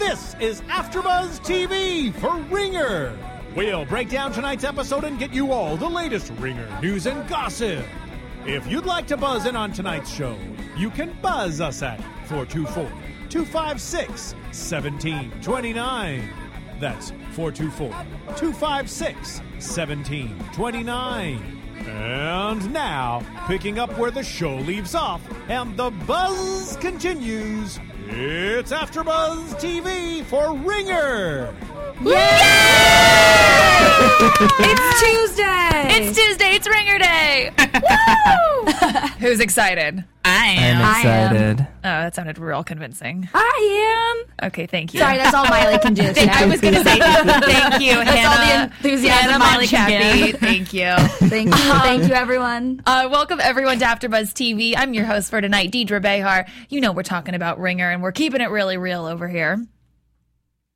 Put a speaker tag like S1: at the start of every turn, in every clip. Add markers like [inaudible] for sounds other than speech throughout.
S1: this is AfterBuzz TV for Ringer. We'll break down tonight's episode and get you all the latest Ringer news and gossip. If you'd like to buzz in on tonight's show, you can buzz us at 424 256 1729. That's 424 256 1729. And now, picking up where the show leaves off and the buzz continues, it's AfterBuzz TV for Ringer.
S2: It's Tuesday.
S3: It's Tuesday. It's Ringer
S2: [laughs]
S3: Day. Woo! Who's excited? I am.
S4: I'm
S2: I am.
S4: excited.
S3: Oh, that sounded real convincing.
S2: I am.
S3: Okay, thank you.
S2: Sorry, that's all Miley
S3: [laughs]
S2: can do.
S3: I was going to say thank you,
S2: That's all the
S3: Hannah.
S2: enthusiasm
S3: Hannah
S2: I
S3: Molly
S2: can
S3: Chappie. Thank
S2: [laughs]
S3: you.
S2: Thank you, thank you, everyone.
S3: Uh, welcome everyone to AfterBuzz TV. I'm your host for tonight, Deidre Behar. You know we're talking about Ringer, and we're keeping it really real over here.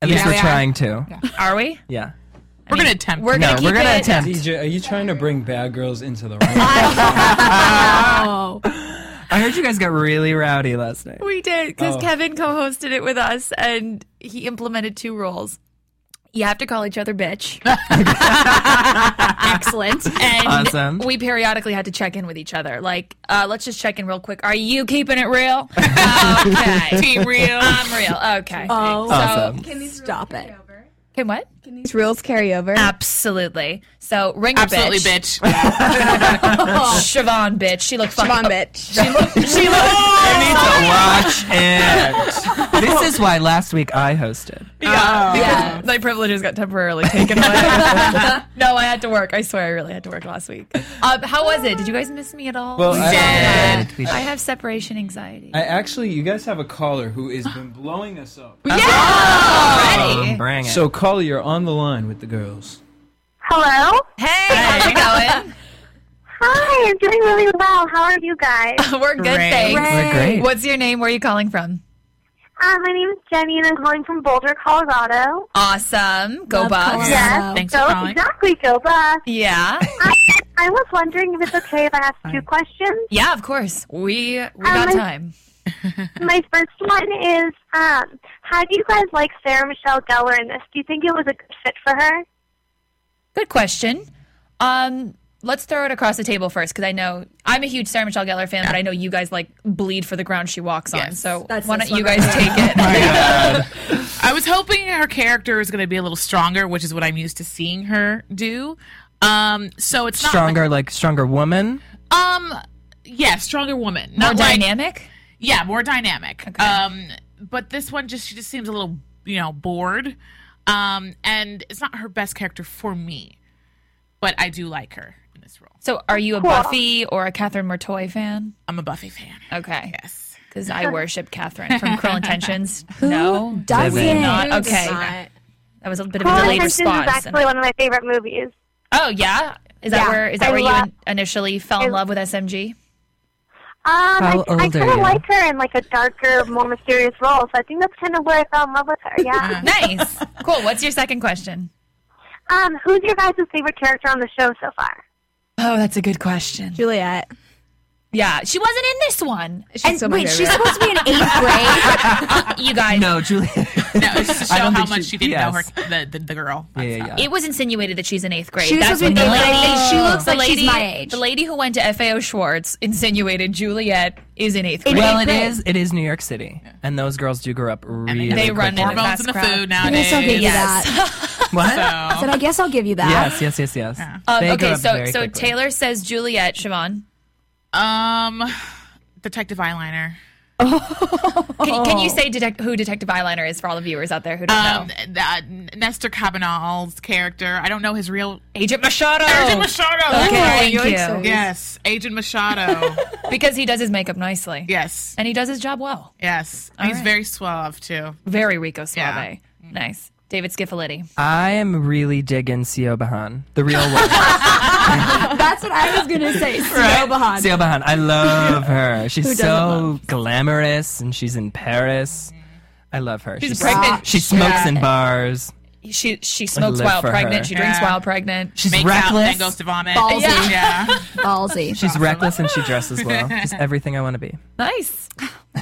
S4: At least we're trying to. Yeah.
S3: Are we?
S5: We're gonna attempt.
S3: We're
S4: No,
S3: gonna
S4: we're
S3: keep
S4: gonna
S3: it-
S4: attempt.
S6: DJ, E are you trying to bring bad girls into the room?
S4: I heard you guys got really rowdy last night.
S3: We did because Kevin co-hosted it with us, and he implemented two rules. You have to call each other bitch.
S2: [laughs] Excellent.
S3: And
S4: Awesome.
S3: we periodically had to check in with each other. Like, uh, let's just check in real quick. Are you keeping it real? [laughs] okay. Be real. I'm real. Okay.
S2: Oh,
S4: Awesome.
S2: stop it.
S3: Okay, what?
S2: These rules carry over.
S3: Absolutely. So, ring a
S5: Absolutely,
S3: bitch.
S5: bitch.
S3: [laughs] Siobhan, bitch. She looked fucking.
S2: bitch.
S3: She looked.
S4: Watch
S5: [laughs]
S4: it. this is why last week I hosted.
S2: Yeah.
S3: My privileges got temporarily taken away. [laughs] no, I had to work. I swear I really had to work last week. Um, how was it? Did you guys miss me at all?
S6: well,
S5: Uh,
S6: I,
S4: And we-
S3: I have separation anxiety.
S6: I actually, you guys have a caller who has been blowing us up. Oh,
S4: um, bring it.
S6: So, caller, you're on the line with the girls.
S7: Hello?
S3: Hey, how's it
S7: Hi, I'm doing really well. How are you guys?
S3: going? [laughs] We're good, thanks.
S4: we're great.
S3: What's your name? Where are you calling from?
S7: Uh, my name is Jenny, and I'm calling from Boulder, Colorado.
S3: Awesome. Go Bucks.
S2: Colorado.
S7: Yes.
S5: Thanks
S7: so
S5: for calling.
S7: exactly, go Bucks.
S3: Yeah.
S7: I, I was wondering if it's okay if I ask two questions.
S3: Yeah, of course. We we got
S7: Um,
S3: time.
S7: My first one is, um, how do you guys like Sarah Michelle Gellar in this? Do you think it was a good fit for her?
S3: Good question. Um Let's throw it across the table first because I know I'm a huge Sarah Michelle Gellar fan, but I know you guys like bleed for the ground she walks on.
S5: Yes.
S3: So
S2: That's
S3: why
S2: this
S3: don't you
S2: one
S3: guys
S2: right
S3: take
S7: [laughs]
S3: it?
S5: I was hoping her character was gonna be a little stronger, which is what I'm used to seeing her do. Um, so it's not
S4: stronger, like stronger woman.
S5: um, yeah, stronger woman,
S3: More
S5: not like-
S3: dynamic?
S5: Yeah, more dynamic. Um, but this one just she just seems a little, you know, bored. Um, and it's not her best character for me, but I do like her in this role.
S3: So are you a Buffy or a Catherine Mertoy fan?
S5: I'm a Buffy fan.
S3: Okay.
S5: Yes.
S3: Because I worship Catherine from [laughs] Cruel Intentions. no.
S2: Doesn't.
S3: Not- okay. That was a bit of a
S7: Cruel
S3: delayed
S7: Intentions is
S3: response.
S7: actually one of my favorite movies.
S3: Oh yeah, is that
S7: Yeah.
S3: where is that
S7: I
S3: where you
S7: love-
S3: in, initially fell in
S7: I-
S3: love with SMG?
S7: Um,
S4: How
S7: I, I
S4: old are
S7: kind of
S4: you?
S7: like her in like a darker, more mysterious role, so I think that's kind of where I fell in love with her. Yeah. [laughs]
S3: Nice, cool. What's your second question?
S7: Um, who's your guys' favorite character on the show so far?
S3: Oh, that's a good question.
S2: Juliet.
S3: Yeah, she wasn't in this one.
S2: And
S3: and
S2: wait, she's supposed to be in eighth [laughs] grade.
S3: you guys,
S4: No, Julia.
S6: [laughs]
S5: No, it's just to [laughs]
S4: I
S5: show
S4: don't
S5: how
S4: think
S5: much
S4: she-
S5: she, didn't
S4: yes.
S5: know her the, the, the girl.
S4: Yeah, yeah, yeah.
S3: it was insinuated that she's in eighth grade.
S2: She was
S3: That's
S2: supposed to be
S3: what
S2: in
S3: the
S2: eighth
S3: lady-
S2: grade. She looks
S3: "Oh." the
S2: like she's
S3: lady-
S2: my age.
S3: The lady who went to FAO Schwartz insinuated Juliet is in eighth grade.
S4: well, it
S2: great.
S4: is. It is New York City, and those girls do grow up really.
S5: they
S3: they run
S4: quickly.
S3: in the
S5: Hormones
S3: fast
S5: in the
S3: crowd.
S5: food
S2: I guess I'll give you
S5: nowadays.
S2: that.
S4: What?
S2: I said, I guess I'll give you that.
S4: Yes, yes, yes, yes.
S3: Um,
S4: They grow
S3: okay,
S4: up
S3: so
S4: very
S3: so
S4: quickly.
S3: Taylor says Juliet, Siobhan.
S5: Um, detective eyeliner.
S3: Can, can
S2: Oh.
S3: you say detect- who Detective Eyeliner is for all the viewers out there who don't
S5: Um,
S3: know?
S5: th- uh, Nestor Cabanal's character. I don't know his real.
S3: Agent Machado.
S5: Oh. Agent Machado.
S3: Okay,
S5: that's
S3: thank
S5: right.
S3: you.
S5: Yes, Agent Machado.
S3: because he does his makeup nicely.
S5: [laughs] yes,
S3: And he does his job well.
S5: yes. He's
S3: right.
S5: very suave too.
S3: Very Rico Suave.
S5: Yeah.
S3: Nice. David Skiffolitti.
S4: I am really digging Sio Bahan, the real one.
S2: That's what I was [laughs] gonna say. Snow behind.
S4: Sio Bahan, I love her.
S2: Who
S4: She's
S2: doesn't
S4: so glamorous, and she's in Paris. I love her.
S3: She's
S4: She's-
S3: pregnant.
S4: She smokes
S3: Yeah.
S4: in bars.
S3: She she smokes
S4: live
S3: while
S4: for
S3: pregnant.
S4: her.
S3: She drinks
S5: Yeah.
S3: while pregnant.
S4: She's
S5: Makes out and
S4: reckless.
S5: then goes to vomit.
S2: Ballsy.
S5: Yeah.
S2: Ballsy.
S4: She's reckless and she dresses well. Just everything I want to be.
S3: Nice.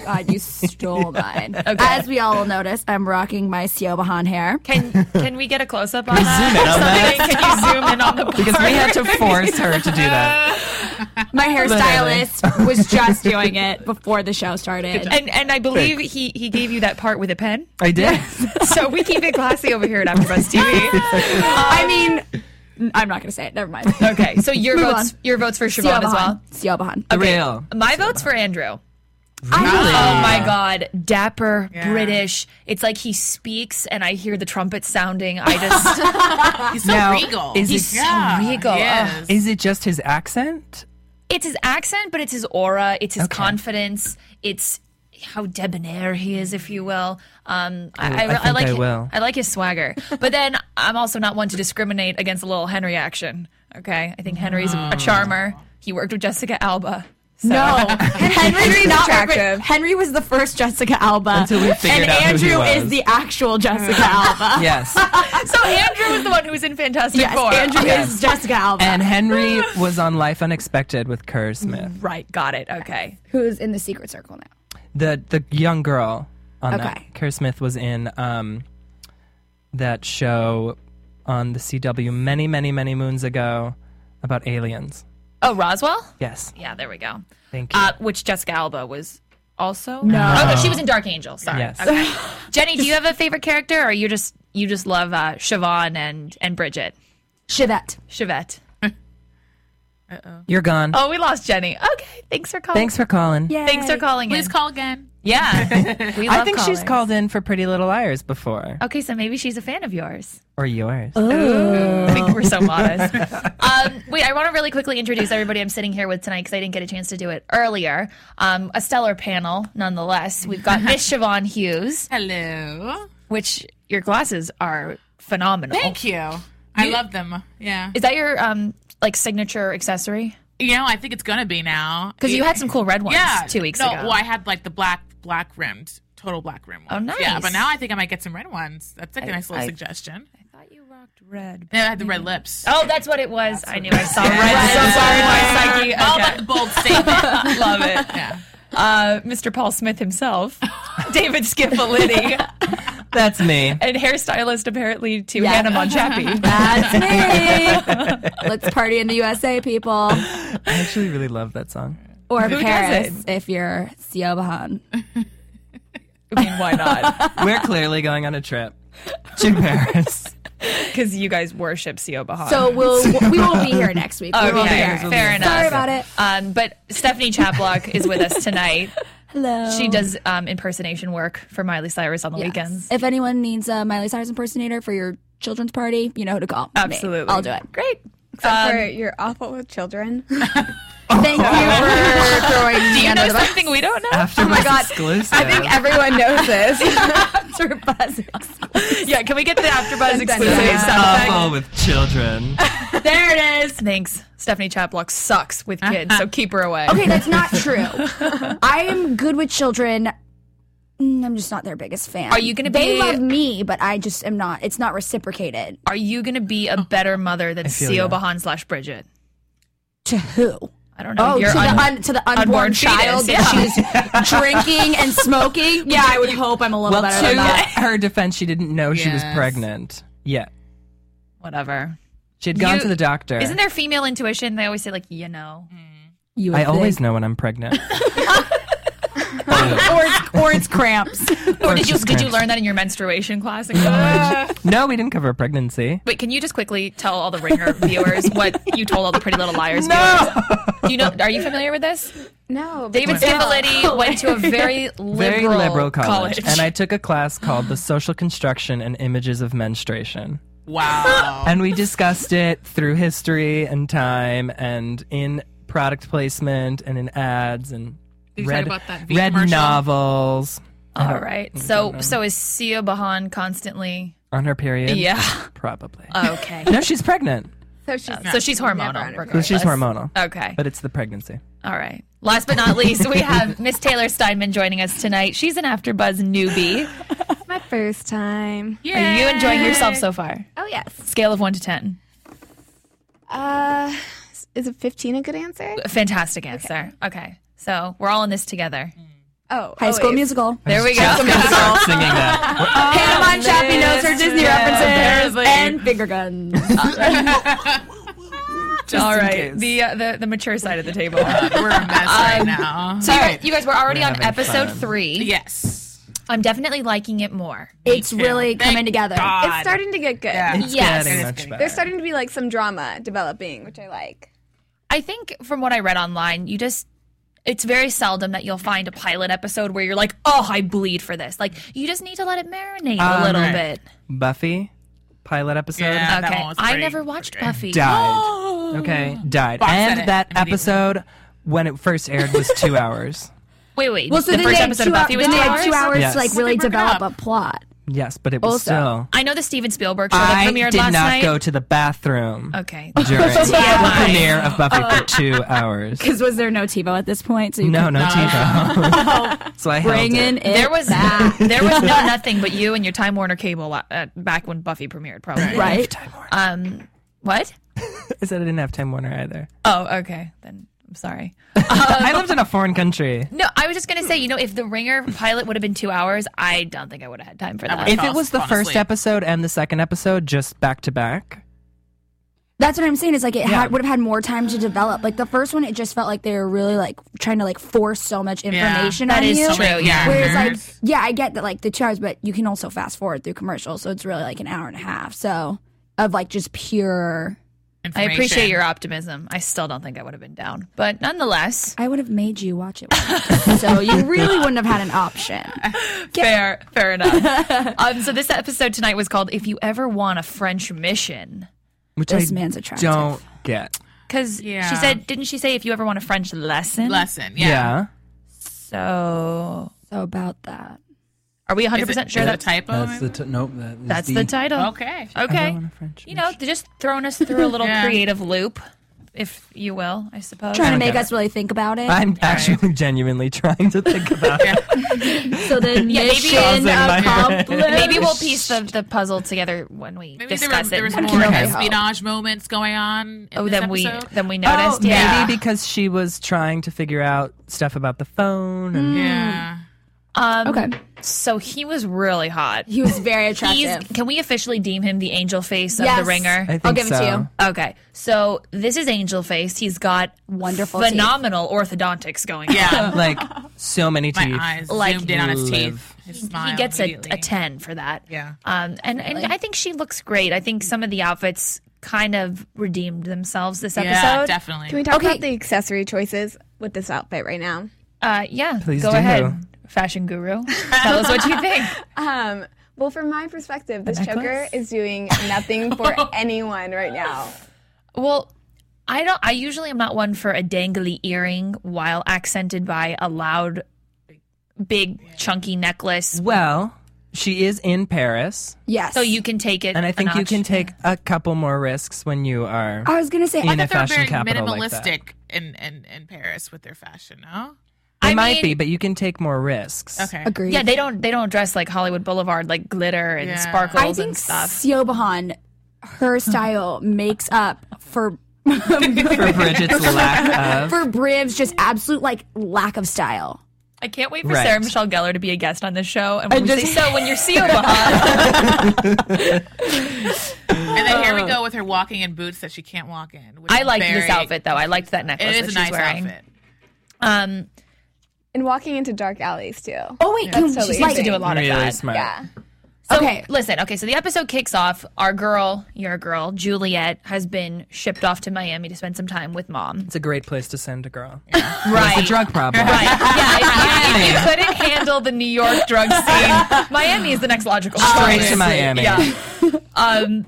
S2: God, you stole mine. [laughs] As we all will notice, I'm rocking my Siobahan hair.
S3: Can can we get a close up on
S4: Zoom
S3: that?
S4: in on that.
S3: Something-
S4: [laughs]
S3: [laughs] Can you zoom in on the
S4: Because we had to
S3: part?
S4: force her to do that.
S2: My hairstylist was just doing it before the show started.
S3: And and I believe he he gave you that part with a pen.
S4: I did.
S3: So we keep it classy over here at AfterBuzz
S4: [laughs]
S3: TV.
S2: I mean, I'm not going to say it. Never [laughs] mind.
S3: Okay, so your
S2: Move
S3: votes
S2: on.
S3: your votes for Siobhan as well.
S2: Siobahan. Siobahan.
S4: The real.
S3: My vote's for Andrew.
S2: Really?
S3: Oh my God, dapper
S5: Yeah.
S3: British. It's like he speaks and I hear the trumpet sounding. I just
S5: [laughs] He's so
S4: Now,
S5: regal.
S4: is
S3: he's so
S5: yeah.
S3: regal.
S5: he
S3: Ugh.
S5: is.
S4: Is it just his accent?
S3: it's his accent, but it's his aura, it's his confidence, it's how debonair he is, if you will. Um, I, I,
S4: Oh, I think
S3: like
S4: I
S3: hi-
S4: will.
S3: I like his swagger, but then I'm also not one to discriminate against a little Henry action. Okay, I think Henry's a
S2: Mm.
S3: charmer. He worked with Jessica Alba. So.
S2: [laughs] No, Henry not attractive. Henry was the first Jessica Alba,
S4: Until we figured
S2: and
S4: out who he
S2: Andrew
S4: was.
S2: is the [laughs] actual Jessica Alba.
S4: Yes.
S2: [laughs]
S3: So Andrew is the one who was in Fantastic
S2: Yes,
S3: Four.
S2: Andrew
S3: Okay.
S2: is Jessica Alba,
S4: And Henry was on Life Unexpected with Kerr Smith,
S3: Right, got it. Okay.
S2: who's in the secret circle now.
S4: the the young girl on
S2: Okay.
S4: that. Kerr Smith was in um, that show on the CW many, many, many moons ago about aliens.
S3: Oh, Roswell?
S4: Yes,
S3: Yeah, there we go.
S4: thank you.
S3: Uh, which Jessica Alba was also no. Oh, no, she was in Dark Angel. Sorry.
S4: Yes.
S3: Okay. Jenny, do you have a favorite character, or you just you just love uh, Siobhan and and Bridget
S2: Chivette.
S3: Chivette?
S4: You're gone.
S3: Oh, we lost Jenny. Okay, thanks for calling.
S4: Thanks for calling.
S2: Yay.
S3: Thanks for calling.
S5: Please
S3: in.
S5: call again.
S3: Yeah,
S5: [laughs]
S3: we love
S4: I think she's
S3: callers.
S4: called in for Pretty Little Liars before,
S3: Okay, Oh. so maybe she's a fan of yours.
S4: or yours.
S3: I think we're [laughs] so modest. Um, wait, I want to really quickly introduce everybody I'm sitting here with tonight because I didn't get a chance to do it earlier. Um, a stellar panel, nonetheless. We've
S5: [laughs]
S3: got Miss Siobhan Hughes.
S5: Hello.
S3: which your glasses are phenomenal.
S5: Thank you. I love them. Yeah.
S3: Is that your um like signature accessory?
S5: You know, I think it's gonna be now.
S3: Because you had some cool red ones
S5: yeah,
S3: two weeks
S5: no,
S3: ago. Oh,
S5: Well, I had like the black, black rimmed, total black rim. Ones.
S3: nice.
S5: Yeah, but now I think I might get some red ones. That's like a nice little
S3: I-
S5: suggestion.
S3: thought you rocked red.
S5: Yeah, I had the red lips.
S3: Oh, that's what it was. I knew I saw red.
S5: Red.
S3: I'm [laughs] so sorry, my psyche.
S5: All
S3: Okay.
S5: about the bold
S3: [laughs]
S5: statement.
S3: Love it.
S5: yeah.
S3: Uh, Mr. Paul Smith [laughs] himself, David [laughs] Skiffolitti,
S4: [laughs]
S3: [laughs]
S4: That's me.
S3: and hairstylist apparently to
S2: Yeah.
S3: Hannah [laughs] Monchappy.
S2: That's
S3: [laughs]
S2: me. Let's party in the USA, people,
S4: I actually really love that song.
S2: or
S3: does
S2: Paris if you're Siobahan.
S3: I mean, why not?
S4: [laughs] We're clearly going on a trip to Paris.
S3: [laughs] Because you guys worship Sio Baha.
S2: So we'll we won't be here next week. we
S3: okay,
S2: won't be
S3: fair,
S2: here.
S3: fair enough.
S2: Sorry about it.
S3: Um, but Stephanie Chaplock is with us [laughs] tonight.
S2: Hello.
S3: She does um, impersonation work for Miley Cyrus on the
S2: Yes.
S3: weekends.
S2: If anyone needs a Miley Cyrus impersonator for your children's party, you know who to call. Me.
S3: Absolutely.
S2: I'll do it.
S3: Great.
S8: Except
S3: Um,
S8: for
S3: [laughs]
S8: you're awful with children.
S2: Thank you for throwing me
S3: Do you
S2: under
S3: know
S2: the bus.
S3: something we don't know?
S4: After my exclusive.
S8: I think everyone knows this.
S2: [laughs]
S8: [laughs]
S2: After buzz.
S3: yeah, can we get the AfterBuzz exclusive
S2: Yeah.
S3: sound effect?
S4: awful with children.
S3: [laughs]
S2: Oh.
S3: There it is. Thanks. Stephanie Chaplock sucks with kids, so keep her away.
S2: Uh-huh. Okay,
S3: [laughs]
S2: that's not true. I am good with children. Mm, I'm just not their biggest fan.
S3: Are you gonna
S2: They
S3: be-
S2: love me, but I just am not. It's not reciprocated.
S3: Are you going to be a better mother than
S4: feel
S3: Sio
S4: ya.
S3: Bahan slash Bridget?
S2: To who?
S3: I don't know.
S2: Oh,
S3: You're
S2: to,
S3: un-
S2: the un- to the unborn,
S3: unborn
S2: child
S3: fetus,
S2: that
S3: [laughs]
S2: she's drinking and smoking. Yeah, I would hope I'm a little
S4: Well,
S2: better than that.
S4: to her defense, she didn't know she was
S5: Yes.
S4: pregnant yet.
S3: whatever.
S4: She had gone
S3: You-
S4: to the doctor.
S3: Isn't there female intuition? They always say, like, you know.
S2: You would
S4: I always
S2: think.
S4: know when I'm
S3: [laughs]
S4: pregnant.
S2: or it's, or it's cramps.
S4: [laughs]
S3: Or did you,
S4: just
S3: did you
S4: cramps.
S3: learn that in your menstruation
S2: [laughs]
S3: class in college?
S4: no, we didn't cover pregnancy.
S3: Wait, can you just quickly tell all the
S2: [laughs]
S3: Ringer viewers what you told all the Pretty Little Liars viewers? Do you know? Are you familiar with this?
S8: No,
S3: David Stability
S4: [laughs]
S3: went to a very liberal,
S4: Very liberal college. And I took a class called The Social Construction and Images of Menstruation.
S5: Wow.
S4: And we discussed it through history and time and in product placement and in ads and
S5: Did you talk
S4: read,
S5: about that V
S4: read
S5: commercial?
S4: novels. "Oh, [laughs]
S3: all right. So, so is Sia Bahan constantly
S4: on her period?
S3: Yeah.
S4: Probably.
S3: Okay.
S4: No, she's pregnant.
S8: So she's
S3: Uh, so she's hormonal.
S4: So
S3: regardless.
S4: she's hormonal.
S5: uh,
S3: Okay.
S4: But it's
S5: [laughs]
S4: the pregnancy.
S3: All right. Last but not least, we
S4: [laughs]
S3: have Miss Taylor Steinman joining us tonight. She's an AfterBuzz newbie.
S8: [laughs] my first time.
S3: Are you enjoying yourself so far?
S8: Oh yes.
S3: Scale of one to ten.
S8: Uh, is a fifteen a good answer?
S3: A Fantastic answer. Okay. So we're all in this together.
S4: Mm.
S8: Oh,
S2: High School
S8: always.
S2: Musical.
S3: There we go.
S4: Start singing that.
S2: Hannah Chappie knows her Disney references
S5: Apparently.
S2: and finger guns.
S3: all right. The, uh, the the mature side of the
S4: [laughs]
S3: table.
S5: We're a mess right
S3: [laughs]
S5: now.
S3: So you guys, you guys were already
S4: We're
S3: on
S4: having
S3: episode
S4: fun.
S3: three.
S5: Yes.
S3: I'm definitely liking it more.
S2: [laughs] it's really coming together.
S8: It's starting to get good.
S5: Yeah.
S4: It's
S3: Yes.
S4: getting
S5: It's
S4: much
S5: getting-
S8: There's
S4: better.
S8: starting to be like some drama developing, which I like.
S3: I think from what I read online, you just it's very seldom that you'll find a pilot episode where you're like, "Oh, I bleed for this." Like, you just need to let it marinate a
S4: Um,
S3: little
S4: right.
S3: bit.
S4: Buffy pilot episode
S5: Yeah. that
S3: Okay.
S5: one was
S3: I
S5: pretty
S3: never watched Buffy.
S5: [gasps]
S4: died. Okay, died.
S5: Bob said it
S4: and that
S5: immediately.
S4: episode when it first aired was 2 [laughs] hours.
S3: Wait, wait.
S2: Well, so
S3: the
S2: then
S3: first
S2: they had
S3: episode
S2: two
S3: of Buffy
S2: hou-
S3: was
S2: then
S3: two
S2: they had
S3: hours.
S2: two hours
S4: Yes.
S2: to like
S4: They
S2: really
S5: broke it
S2: develop
S5: up.
S2: a plot.
S4: Yes, but it was
S2: Also,
S4: still
S3: I know the Steven Spielberg show that
S4: I
S3: premiered
S4: did
S3: last
S4: not
S3: night.
S4: go to the bathroom
S3: okay.
S4: during
S3: [laughs]
S4: the
S3: TMI.
S4: premiere of Buffy for [laughs] 2 hours.
S2: Because was there no TiVo at this point? So you
S4: No,
S2: could
S4: no TiVo. [laughs] so I held
S2: bring
S4: it.
S2: in it.
S3: There
S2: [laughs]
S3: was there was no nothing but you and your Time Warner cable uh, back when Buffy premiered, probably.
S2: right.
S3: Um, what?
S4: I said I didn't have Time Warner either.
S3: Oh, okay. Then I'm sorry. Um,
S4: I lived in a foreign country.
S3: No, I was just gonna say, you know, if the Ringer pilot would have been two hours, I don't think I would have had time for that.
S5: would've-
S4: If it was the
S5: Honestly.
S4: first episode and the second episode just back to back,
S2: That's what I'm saying. Is like it
S4: Yeah.
S2: had, would have had more time to develop. Like the first one, it just felt like they were really like trying to like force so much information
S3: that
S2: on
S3: is
S2: you.
S3: true. Yeah.
S2: Whereas like
S5: Nerds.
S2: yeah, I get that like the two hours, but you can also fast forward through commercials, so it's really like an hour and a half. So of like just pure.
S3: I appreciate
S5: Information.
S3: your optimism. I still don't think I would have been down, but nonetheless,
S2: I would have made you watch it,
S3: [laughs]
S2: so you really wouldn't have had an option.
S3: fair, fair enough. um, so this episode tonight was called "If You Ever Want a French Mission,"
S4: which
S2: This
S4: I
S2: man's attractive.
S4: don't get.
S3: because
S5: Yeah.
S3: she said, didn't she say, "If you ever want a French lesson"?
S5: [laughs] lesson.
S4: Yeah.
S5: Yeah.
S3: So,
S2: So about that.
S3: are we
S5: Is
S3: 100
S5: it-
S3: percent sure
S5: is it a
S3: that's
S5: typo?
S6: That's the t- nope. That is
S3: that's the title? [laughs]
S5: okay.
S3: Okay.
S4: want a French
S3: You know, they're just throwing us through a little
S5: [laughs] Yeah.
S3: creative loop, if you will, I suppose.
S2: Trying to
S4: Okay.
S2: make us really think about it.
S4: I'm actually genuinely trying to think [laughs] about it.
S2: so the
S3: Yeah, maybe- uh,
S2: mission
S4: Buzzing my head.
S2: accomplished.
S3: [laughs] Maybe we'll piece the, the puzzle together when we
S5: Maybe there, were,
S3: discuss
S5: there was
S3: [laughs] it.
S5: more
S2: can only
S5: espionage moments going on. In
S3: oh,
S5: this
S3: then we
S5: episode.
S3: then we noticed.
S2: Oh,
S3: yeah.
S4: Maybe because she was trying to figure out stuff about the phone. And
S5: Yeah.
S3: Um,
S2: Okay.
S3: So he was really hot.
S2: He was very
S3: He's,
S2: attractive.
S3: can we officially deem him the angel face of
S2: Yes.
S3: the ringer?
S4: I
S2: I'll
S4: think
S2: give it to
S4: so.
S2: you.
S3: Okay. So this is angel face. He's got
S2: Wonderful teeth.
S3: phenomenal orthodontics going [laughs]
S5: Yeah.
S4: Like, so many
S5: My
S4: teeth.
S5: eyes
S3: Like,
S5: zoomed in on his
S4: live.
S5: teeth. His
S3: on.
S5: smile
S3: He gets a,
S5: immediately.
S3: a 10 for that.
S5: Yeah.
S3: Um, and, and I think she looks great. I think some of the outfits kind of redeemed themselves this episode.
S5: Yeah, definitely.
S8: Can we talk
S3: Okay.
S8: about the accessory choices with this outfit right now?
S3: Uh, yeah,
S4: Please
S3: go
S4: do.
S3: ahead, fashion guru. Tell us what
S5: [laughs]
S3: you think.
S8: Um, well, from my perspective, this choker
S3: necklace?
S8: is doing nothing
S4: [laughs]
S8: for anyone right now.
S3: Well, I don't. I usually am not one for a dangly earring while accented by a loud, big, chunky necklace.
S4: Well, she is in Paris,
S2: yes.
S3: So you can take it,
S4: and I
S3: a
S4: think you
S3: notch.
S4: can take a couple more risks when you are.
S2: I was gonna say.
S4: in
S5: I
S4: a
S5: thought they were
S4: fashion
S5: very
S4: capital like
S5: minimalistic
S4: that.
S5: in, in, in Paris with their fashion, no?
S4: They
S3: I
S4: might
S3: mean-
S4: be, but you can take more risks.
S5: Okay.
S2: Agreed.
S3: Yeah, they don't. They don't dress like Hollywood Boulevard, like glitter and
S5: Yeah.
S3: sparkles
S2: I think
S3: and stuff.
S2: Siobhan, her style makes up for
S4: [laughs]
S2: [laughs]
S4: For Bridget's lack of.
S2: for Briv's just absolute like lack of style.
S3: I can't wait for
S4: Right.
S3: Sarah Michelle Gellar to be a guest on this show. And when we say, so when
S4: [laughs]
S3: you're CEO
S5: And then here we go with her walking in boots that she can't walk in. which
S3: I
S5: is
S3: liked
S5: very-
S3: this outfit though. I liked that necklace
S5: It
S3: that
S5: is a
S3: she's
S5: nice
S3: wearing.
S5: outfit.
S3: Um,
S8: And walking into dark alleys too.
S2: Oh wait, can
S3: so
S2: we
S3: she used to do a lot of
S4: Really
S3: that.
S4: smart.
S8: Yeah.
S3: So,
S2: Okay.
S3: Listen, okay, so the episode kicks off. Our girl, your girl, Juliet, has been shipped off to Miami to spend some time with mom.
S4: [laughs] It's a great place to send
S3: [laughs]
S4: a girl.
S3: Right.
S4: It's a drug problem.
S3: Right. Yeah. If you, if you couldn't handle the New York drug scene, Miami is the next logical
S4: Straight
S3: choice.
S4: to Miami.
S3: Yeah. Um,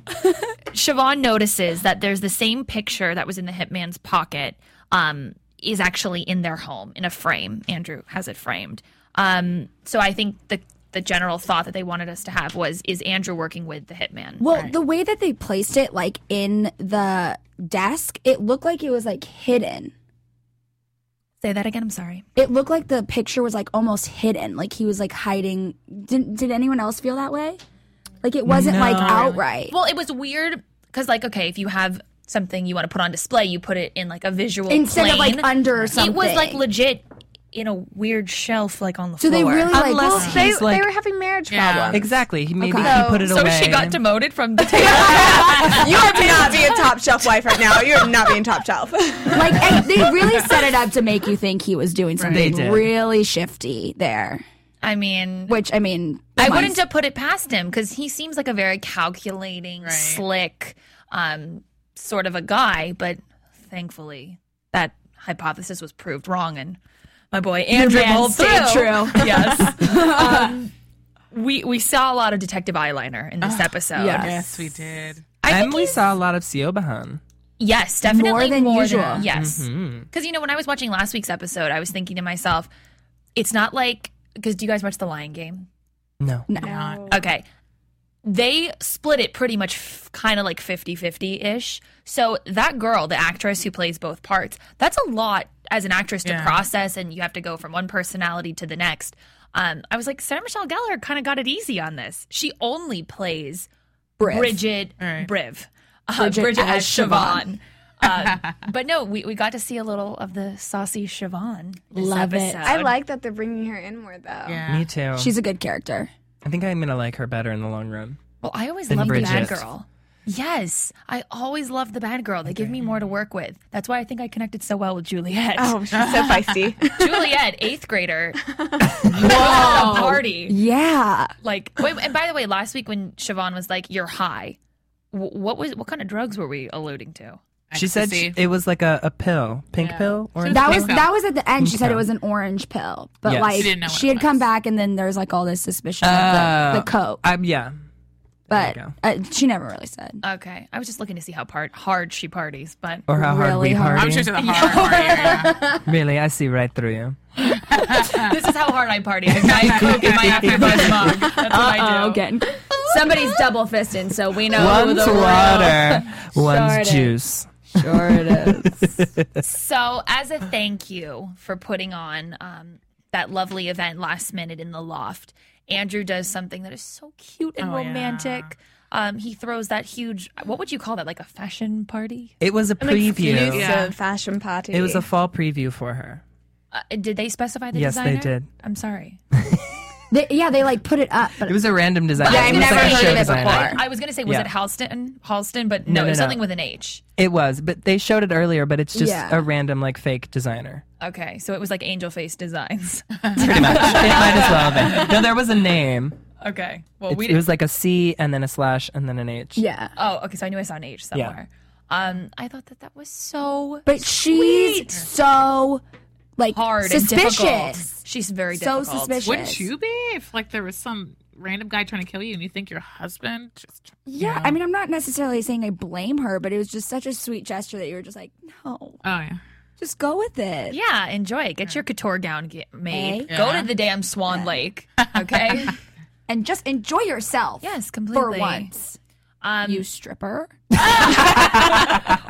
S3: Siobhan notices that there's the same picture that was in the hitman's pocket um, is actually in their home in a frame. Andrew has it framed. Um, so I think the the general thought that they wanted us to have was is Andrew working with the hitman?
S2: Well, the way that they placed it, like in the desk, it looked like it was like hidden.
S3: Say that again. I'm sorry.
S2: It looked like the picture was like almost hidden, like he was like hiding. Did Did anyone else feel that way? Like it wasn't like
S3: No.
S2: outright.
S3: Well, it was weird because, like, okay, if you have something you want to put on display, you put it in like a visual
S2: Instead of,
S3: plane.
S2: like, under or
S3: It was like
S2: something.
S3: legit in a weird shelf, like on the
S2: So they
S3: floor.
S2: really, like,
S8: Well,
S4: Unless
S8: they,
S4: he's like
S8: they were having marriage
S5: Yeah.
S8: problems.
S4: exactly. He maybe
S2: Okay.
S4: he put it
S3: so
S4: away.
S3: she got demoted from
S2: [laughs]
S3: the table.
S8: You are not being top shelf wife right now. You are not being top shelf.
S2: like and they really set it up to make you think he was doing something
S4: did.
S2: really shifty there.
S3: I mean,
S2: Which I mean,
S3: I
S2: come on.
S3: wouldn't have put it past him because he seems like a very calculating,
S5: Right.
S3: slick, um, sort of a guy. But thankfully, that hypothesis was proved wrong, and my boy Andrew
S2: man
S3: pulled
S2: stayed
S3: through.
S2: true.
S3: [laughs]
S2: [laughs]
S3: Yes. um, we we saw a lot of detective eyeliner in this
S2: Ah,
S3: episode.
S2: yes.
S5: Yes, we did.
S3: I think
S4: and we
S3: he's-
S4: saw a lot of Sio Bahan.
S3: Yes, definitely
S2: More than usual.
S3: yes, because you know when I was watching last week's episode, I was thinking to myself, it's not like because do you guys watch The Lion Game?
S4: No.
S3: Okay. They split it pretty much f- kind of like 50 50 ish. So that girl, the actress who plays both parts, that's a lot as an actress to
S5: Yeah.
S3: process, and you have to go from one personality to the next. Um, I was like, Sarah Michelle Gellar kind of got it easy on this. She only plays
S2: Briv.
S3: Bridget
S5: Right.
S3: Briv, [laughs] uh,
S2: Bridget
S3: Bridget,
S2: as
S3: as Siobhan. um, but no, we, we got to see a little of the saucy Siobhan. This
S2: Love it.
S3: episode.
S8: I like that they're bringing her in more though.
S5: Yeah.
S4: Me too.
S2: She's a good character.
S4: I think I'm gonna like her better in the long run.
S3: Well, I always
S4: than
S3: love the bad
S4: Bridget.
S3: girl. Yes, I always love the bad girl. They give me more to work with. That's why I think I connected so well with Juliet.
S8: Oh, she's so feisty.
S3: [laughs] Juliet, eighth grader, Whoa. party.
S2: Yeah.
S3: Like, wait, and by the way, last week when Siobhan was like, "You're high," wh- what was what kind of drugs were we alluding to?
S4: She said
S5: Ecstasy.
S4: sh- it was like a, a pill, pink
S5: Yeah.
S4: pill, or
S2: That
S5: Pink
S2: was
S5: pill.
S2: that was at the end. She said it
S4: pill.
S2: was an orange pill, but
S4: Yes.
S2: like
S4: She
S2: she,
S5: didn't know what it
S2: had come
S5: was.
S2: back, and then there's like all this suspicion
S4: Oh.
S2: of the, the coke,
S4: Um, yeah.
S2: but
S4: you
S2: uh, she never really said.
S3: Okay, I was just looking to see how part- hard she parties, but
S4: Or how hard
S2: Really
S4: we
S2: hard.
S4: party.
S5: I'm sure to the hard part. Yeah.
S4: really, I see right through you.
S3: this is how hard I party. I buy coke in my AfterBuzz mug. That's
S5: Uh,
S3: what I do.
S2: Again, [laughs]
S3: [laughs]
S2: somebody's double fisting, so we know
S4: One's water, one's juice.
S2: Sure it is.
S3: So, as a thank you for putting on um, that lovely event last minute in the loft, Andrew does something that is so cute and
S5: Oh, yeah.
S3: romantic. Um, he throws that huge, what would you call that? Like a fashion party?
S4: It was a preview.
S5: Yeah.
S8: So fashion party.
S4: It was a fall preview for her.
S3: Uh, did they specify the
S4: Yes, they
S3: designer?
S4: did.
S3: I'm sorry.
S2: They, yeah, they like put it up, but
S4: It was a random design.
S2: Yeah,
S3: I
S4: it
S3: was
S4: was
S2: I've
S3: gonna
S4: like
S2: never
S4: a
S3: say-
S2: heard
S4: show
S2: of it
S4: designer.
S2: before.
S3: I, I was going to say, was
S4: Yeah.
S3: it Halston? Halston, but no,
S4: no,
S3: it was
S4: no.
S3: something with an H.
S4: It was, but they showed it earlier. But it's just
S2: Yeah.
S4: a random like fake designer. [laughs]
S3: Okay, so it was like Angel Face Designs. [laughs]
S4: Pretty much. it might as well have been. No, there was a name.
S3: okay, well,
S4: It's-
S3: we
S4: it
S3: didn't.
S4: was like a C and then a slash and then an H.
S2: yeah.
S3: oh, okay, so I knew I saw an H somewhere. Um, I thought that that was so
S2: But she's
S3: Sweet.
S2: so like
S3: hard
S2: suspicious.
S3: and difficult. She's very
S2: So
S3: difficult.
S2: suspicious.
S5: Wouldn't you be if like there was some random guy trying to kill you and you think your husband just
S2: Yeah, I mean, I'm not necessarily saying I blame her, but it was just such a sweet gesture that you were just like, no,
S5: Oh yeah.
S2: just go with it.
S3: Yeah, enjoy. it. Get your couture gown get made.
S5: Eh?
S3: Go
S5: Yeah.
S3: to the damn Swan
S2: [laughs]
S3: Lake. Okay.
S2: And just enjoy yourself.
S3: [laughs] yes,
S2: For
S3: completely.
S2: once.
S3: Um,
S2: You stripper.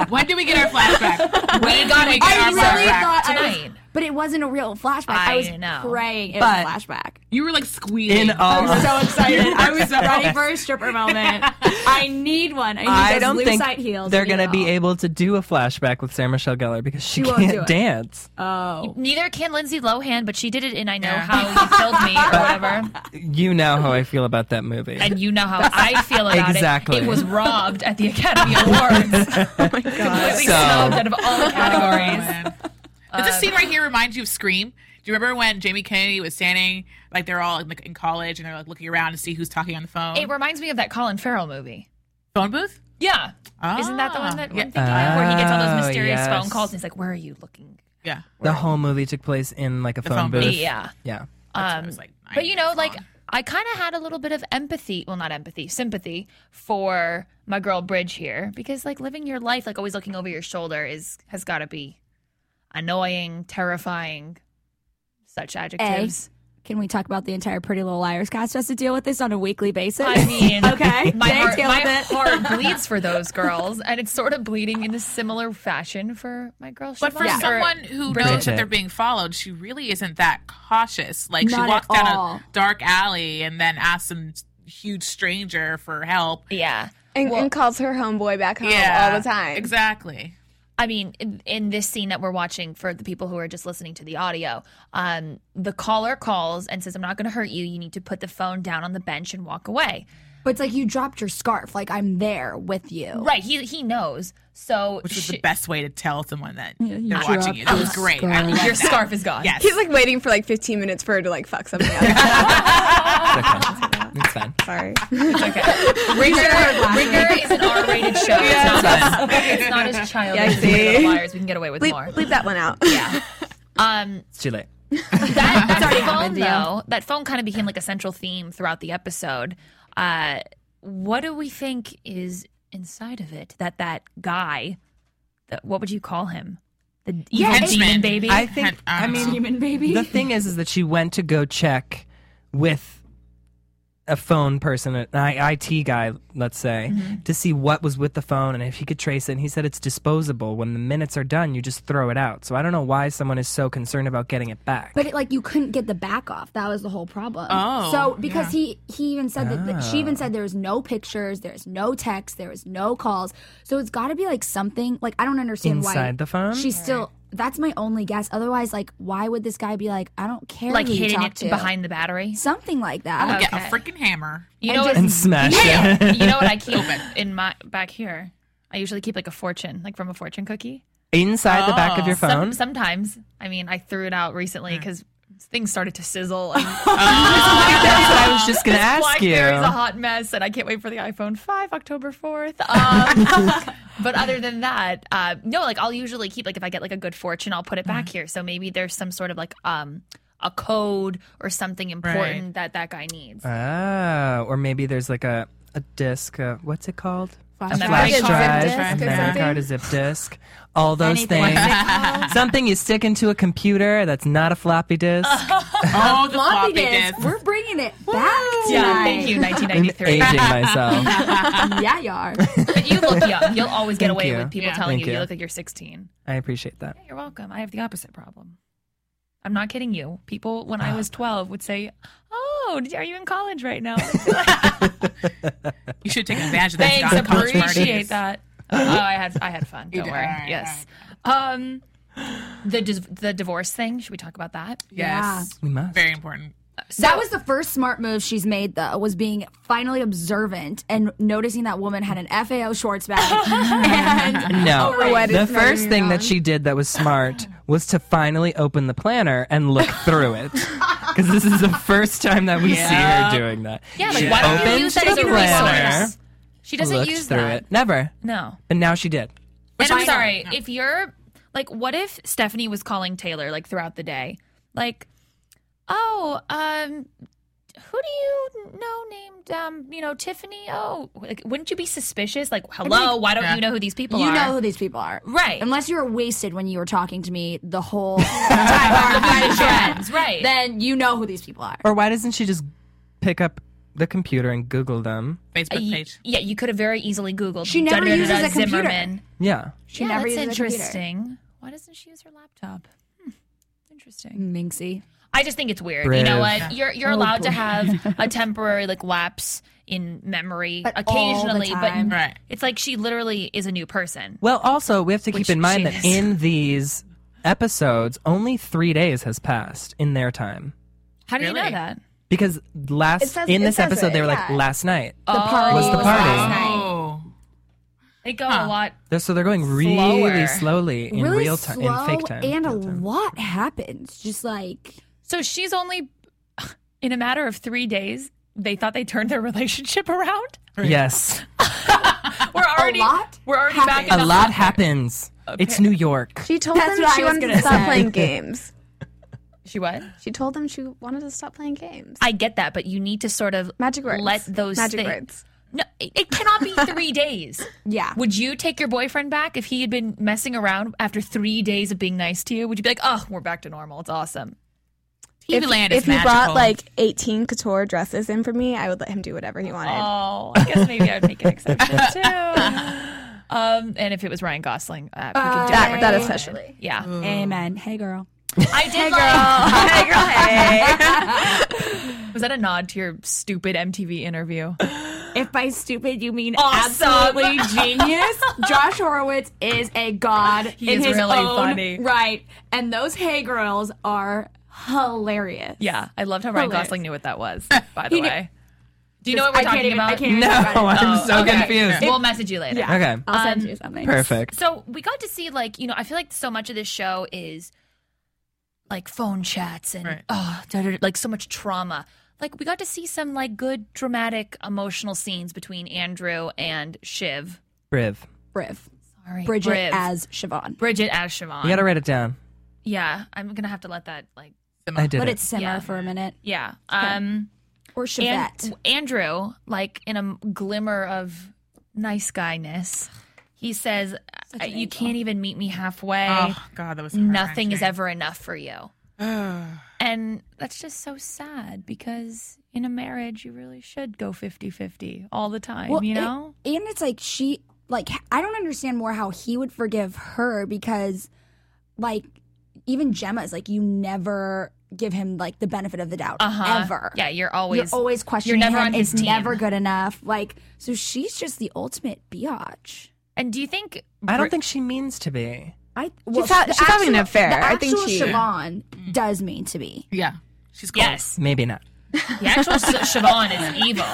S5: When do we get our
S3: [laughs]
S5: flashback? When
S3: got
S5: do we
S3: it.
S5: get
S3: I
S5: our
S3: really
S5: flashback?
S3: thought-
S2: I was-
S3: tonight.
S2: but it wasn't a real flashback. I,
S3: I
S2: was
S3: know.
S2: praying it
S4: But-
S2: was a flashback.
S5: You were like squealing.
S4: In all, [laughs]
S2: I'm [laughs] so excited. I was
S5: so-
S2: ready for a stripper moment. I need one. I need
S4: I
S2: those
S4: don't
S2: loose
S4: think
S2: side heels.
S4: they're
S2: you
S4: gonna be
S2: know.
S4: able to do a flashback with Sarah Michelle Gellar because she,
S2: won't do it.
S4: can't dance.
S2: Oh.
S3: neither can Lindsay Lohan, but she did it in I Know
S5: Yeah.
S3: How You Killed Me or [laughs] whatever.
S4: You know how I feel about that movie.
S3: And you know how I feel about
S4: Exactly.
S3: it. It was robbed at the Academy [laughs] Awards.
S8: Oh my god.
S3: Completely
S4: So-
S3: snubbed out of all categories.
S5: Man.
S3: Uh,
S5: Does this scene right here remind you of Scream? Do you remember when Jamie Kennedy was standing, like they're all in, like, in college and they're like looking around to see who's talking on the phone?
S3: It reminds me of that Colin Farrell movie.
S5: phone booth?
S3: Yeah. Isn't that the
S5: Ah.
S3: one that
S5: Yeah.
S3: I'm thinking of where he gets all those
S4: Oh,
S3: mysterious
S4: yes.
S3: phone calls and he's like, Where are you looking?
S5: yeah.
S4: the whole movie took place in like a phone,
S5: phone booth.
S4: booth.
S3: Yeah.
S4: Yeah.
S5: Um, was like nine
S3: But you know,
S5: minutes
S3: like
S5: long.
S3: I kind of had a little bit of empathy, well not empathy, sympathy for my girl Bridge here because like living your life like always looking over your shoulder is has
S5: Eh.
S3: got to be annoying, terrifying, such adjectives.
S2: Can we talk about the entire Pretty Little Liars cast has to deal with this on a weekly basis?
S3: I
S5: [laughs]
S3: mean,
S2: okay,
S3: my
S2: they
S3: heart,
S2: deal
S3: my
S2: with it.
S3: heart bleeds for those girls, and it's sort of bleeding in a similar fashion for my girl.
S5: But for
S3: Siobhan, or
S5: someone who knows
S4: Bridget.
S5: that they're being followed, she really isn't that cautious. Like
S2: Not at
S5: she walks down
S2: all.
S5: a dark alley and then asks some huge stranger for help.
S3: yeah,
S8: And, and calls her homeboy back
S7: Oh,
S8: home all the time.
S5: Exactly.
S3: I mean, in, in this scene that we're watching, for the people who are just listening to the audio, um, the caller calls and says, "I'm not going to hurt you. You need to put the phone down on the bench and walk away."
S2: But it's like you dropped your scarf. Like I'm there with you.
S3: Right? He he knows. So
S5: Which was
S3: she-
S5: the best way to tell someone that
S2: you
S5: they're
S2: dropped
S5: watching you. That was
S2: your
S5: great.
S2: scarf.
S5: I love
S3: your
S5: that.
S3: scarf is gone.
S5: Yes.
S8: He's like waiting for like 15 minutes for her to like fuck something up. [laughs]
S4: [laughs] It's fine.
S8: Sorry.
S3: Ringer, Ringer is
S5: [laughs]
S3: an R-rated show. It's, not as, it's not as
S8: Yeah, I
S3: childish. as
S8: see.
S3: Little Liars. We can get away with more.
S8: Bleep, bleep that one out.
S3: Yeah. Um,
S4: It's too late.
S2: [laughs]
S3: that, that
S2: already
S3: phone
S2: happened to you.
S3: though, that phone kind of became like a central theme throughout the episode. Uh, what do we think is inside of it? That that guy, that, what would you call him? The evil
S2: Yeah, it's-
S3: demon baby.
S4: I think.
S5: I
S4: I
S5: don't
S4: mean,
S2: Demon baby.
S4: the thing is, is that she went to go check with a phone person, an I- IT guy, let's say, to see what was with the phone and if he could trace it. And he said it's disposable. When the minutes are done, you just throw it out. So I don't know why someone is so concerned about getting it back.
S2: But it, like you couldn't get the back off. That was the whole problem.
S5: Oh,
S2: so because he he even said that, that she
S3: Ah.
S2: even said there was no pictures, there's no text, there was no calls. So it's got to be like something like I don't understand why
S4: Inside the phone?
S2: She's still. That's my only guess. Otherwise, like why would this guy be like I don't care
S3: like
S2: who you
S3: hidden
S2: talk
S3: it
S2: to.
S3: behind the battery.
S2: something like that.
S5: Get
S3: Okay.
S5: a freaking hammer.
S3: You know, what-
S4: and smash it.
S2: [laughs]
S3: you know what I keep in my back here. I usually keep like a fortune, like from a fortune cookie.
S4: Inside the back of your
S3: Some-
S4: phone?
S3: sometimes, I mean, I threw it out recently because things started to
S2: [laughs]
S3: sizzle. And
S4: That's what I was just going to ask you.
S3: BlackBerry's a hot mess, and I can't wait for the iPhone 5 October 4th. Um, [laughs] but other than that, uh, no, like I'll usually keep like if I get like a good fortune, I'll put it back here. So maybe there's some sort of like um a code or something important that that guy needs.
S4: Oh, or maybe there's like a, a disc. Uh, what's it called?
S2: Flash
S4: a
S3: drive.
S4: flash
S3: Zip
S4: drive,
S8: disk
S4: a
S8: or
S4: memory
S8: something?
S4: card, a zip disk, all those
S2: Anything.
S4: things. Something you stick into a computer that's not a floppy disk.
S5: Oh, the floppy
S2: Floppiness.
S5: disk.
S2: We're bringing it back.
S3: yeah, thank you,
S4: I'm
S3: 1993.
S4: aging myself. [laughs]
S2: yeah, you are.
S3: but [laughs] you look young. You'll always get
S4: Thank
S3: away
S4: you.
S3: with people
S5: Yeah.
S3: telling
S4: Thank
S3: you, you
S4: you.
S3: look like you're 16.
S4: I
S3: [laughs]
S4: appreciate that.
S3: You're welcome. I have the opposite problem. I'm not kidding you. People, when
S4: Ah.
S3: I was 12, would say, "Oh, did- are you in college right
S4: [laughs]
S3: now?"
S5: You should take advantage of that.
S3: Thanks,
S5: Scott College
S3: appreciate
S5: parties.
S3: that. Oh, I had I had fun. Don't
S5: did.
S3: worry.
S5: All right,
S3: yes. Um, the dis- the divorce thing. Should we talk about that?
S5: Yes.
S4: We must.
S5: Very important.
S2: that was the first smart move she's made, though, was being finally observant and noticing that woman had an FAO Schwartz bag. and
S4: No.
S8: What
S4: The
S8: is
S4: first
S8: going
S4: thing
S8: on?
S4: that she did that was smart was to finally open the planner and
S3: [laughs]
S4: look through it. Because this is the first time that we see her doing that.
S3: Yeah. Like,
S4: she
S3: why don't
S4: opened
S3: you use that
S4: the
S3: as a
S4: planner,
S3: resource? She doesn't
S4: looked
S3: use
S4: through
S3: that.
S4: it. Never.
S3: No.
S4: But now she did.
S3: And I'm
S2: I-
S3: sorry if you're like, what if Stephanie was calling Taylor like throughout the day, like, oh, um. Who do you know named, um, you know, Tiffany? Oh, like, wouldn't you be suspicious? Like, hello, why don't
S5: yeah.
S3: you know who these people
S2: you
S3: are?
S2: know who these people are.
S3: Right.
S2: Unless you were wasted when you were talking to me the whole time. we were
S3: [laughs]
S2: friends,
S3: friends, right.
S2: Then you know who these people are.
S4: Or why doesn't she just pick up the computer and Google them?
S5: Facebook
S3: Y-
S5: page.
S3: Yeah, you could have very easily Googled.
S2: She never
S3: da-da-da-da
S2: uses a computer.
S3: Zimmerman.
S4: Yeah.
S2: She
S3: yeah, that's
S2: never uses a computer.
S3: interesting. Why doesn't she use her laptop? Hmm, interesting.
S2: Minxie.
S3: I just think it's weird. You know
S4: Brave.
S3: what? You're
S2: Oh,
S3: you're allowed to
S2: [laughs]
S3: have a temporary like lapse in memory
S2: But all the
S3: occasionally,
S2: time.
S3: but
S5: Right.
S3: it's like she literally is a new person.
S4: Well, also, we have to
S3: Which
S4: keep in mind
S3: she
S4: that
S3: is.
S4: in these episodes, only three days has passed in their time.
S3: How do you know
S5: Really?
S3: that?
S4: Because last
S8: It says-
S4: in
S8: it
S4: this
S8: says
S4: episode,
S8: it,
S4: they were like
S8: yeah.
S4: last night.
S2: The party
S4: Was the
S2: was
S4: party.
S2: last night.
S5: Oh.
S3: They go a
S5: Huh.
S3: lot.
S4: They're- so they're going really
S3: Slower.
S4: slowly in
S2: really
S4: real time,
S2: slow,
S4: in fake time.
S2: and a
S4: real time.
S2: lot happens. Just like
S3: So she's only [laughs] in a matter of three days. They thought they turned their [laughs] relationship around.
S4: Yes,
S3: We're already
S2: lot
S3: we're already back.
S2: happened.
S3: In
S4: a
S3: the
S4: lot happens. It's New York.
S8: She told
S2: That's
S8: them
S2: what
S8: she
S2: I was
S8: wanted
S2: gonna
S8: to stop
S2: say. [laughs]
S8: playing games.
S3: She what?
S8: She told them she wanted to stop playing games.
S3: I get that, but you need to sort of
S8: Magic words.
S3: Let those
S8: Magic
S3: thi-
S8: words.
S3: No, it, it cannot be three days.
S2: yeah.
S3: Would you take your boyfriend back if he had been messing around after three days of being nice to you? Would you be like, oh, we're back to normal? It's awesome.
S5: TV
S8: if,
S5: land
S8: if
S5: is
S8: he
S5: magical.
S8: brought like 18 couture dresses in for me, I would let him do whatever he wanted.
S3: Oh, I guess maybe I would [laughs] make an exception too. [laughs] Um, and if it was Ryan Gosling, uh, we could do
S8: that,
S3: it.
S8: that especially.
S3: Yeah,
S2: Amen. Hey, girl.
S3: I did. Hey, girl. hey, girl. Hey. Was that a nod to your stupid MTV interview?
S2: If by stupid you mean
S3: Awesome.
S2: absolutely genius, Josh Horowitz is a god
S3: He
S2: in
S3: is
S2: his
S3: really
S2: own
S3: funny.
S2: right. And those hay girls are hilarious.
S3: Yeah, I loved how Ryan
S2: Hilarious.
S3: Gosling knew what that was. By the
S2: He knew-
S3: way, do you know what we're
S2: I can't
S3: talking
S2: even-
S3: about?
S2: I can't even
S4: No,
S2: talk about it.
S4: I'm
S3: Oh,
S4: so
S3: okay.
S4: [laughs] confused.
S3: We'll message you later.
S4: Okay,
S2: I'll send
S3: Um,
S2: you something.
S4: perfect.
S3: So we got to see like you know I feel like so much of this show is like phone chats and
S5: Right.
S3: oh da, da, da, like so much trauma. Like we got to see some like good dramatic emotional scenes between Andrew and Shiv.
S4: Riv,
S2: Briv.
S3: Sorry,
S2: Bridget
S3: Briv.
S2: as Siobhan.
S3: Bridget as Siobhan.
S4: you gotta write it down.
S3: yeah, I'm gonna have to let that like
S4: I did
S2: Let
S4: it.
S2: it simmer
S3: Yeah.
S2: for a minute.
S3: yeah. Um,
S2: Or
S3: and
S2: Chevette.
S3: Andrew like in a glimmer of nice guyness, he says,
S2: Such
S3: "Uh,
S2: an
S3: "You
S2: angel.
S3: can't even meet me halfway."
S5: oh god, that was
S3: nothing is
S5: heart-wrenching.
S3: ever enough for you. and that's just so sad because in a marriage, you really should go 50 50 all the time, you
S2: it-
S3: know?
S2: and it's like she, like, I don't understand more how he would forgive her because, like, even Gemma's like, you never give him like the benefit of the doubt
S3: Uh-huh.
S2: ever.
S3: Yeah, you're always.
S2: you're always questioning
S3: never
S2: him.
S3: on his
S2: it's
S3: team.
S2: never good enough. Like, so she's just the ultimate biatch.
S3: and do you think.
S4: I don't think she means to be.
S2: I
S8: ha- she's having an
S2: the
S8: affair.
S2: The
S8: I think
S2: actual
S8: she-
S2: Siobhan does mean to be.
S5: Yeah, [sighs] she's cold.
S3: Yes.
S4: Maybe not.
S3: The actual S-
S4: [laughs]
S3: Siobhan is evil.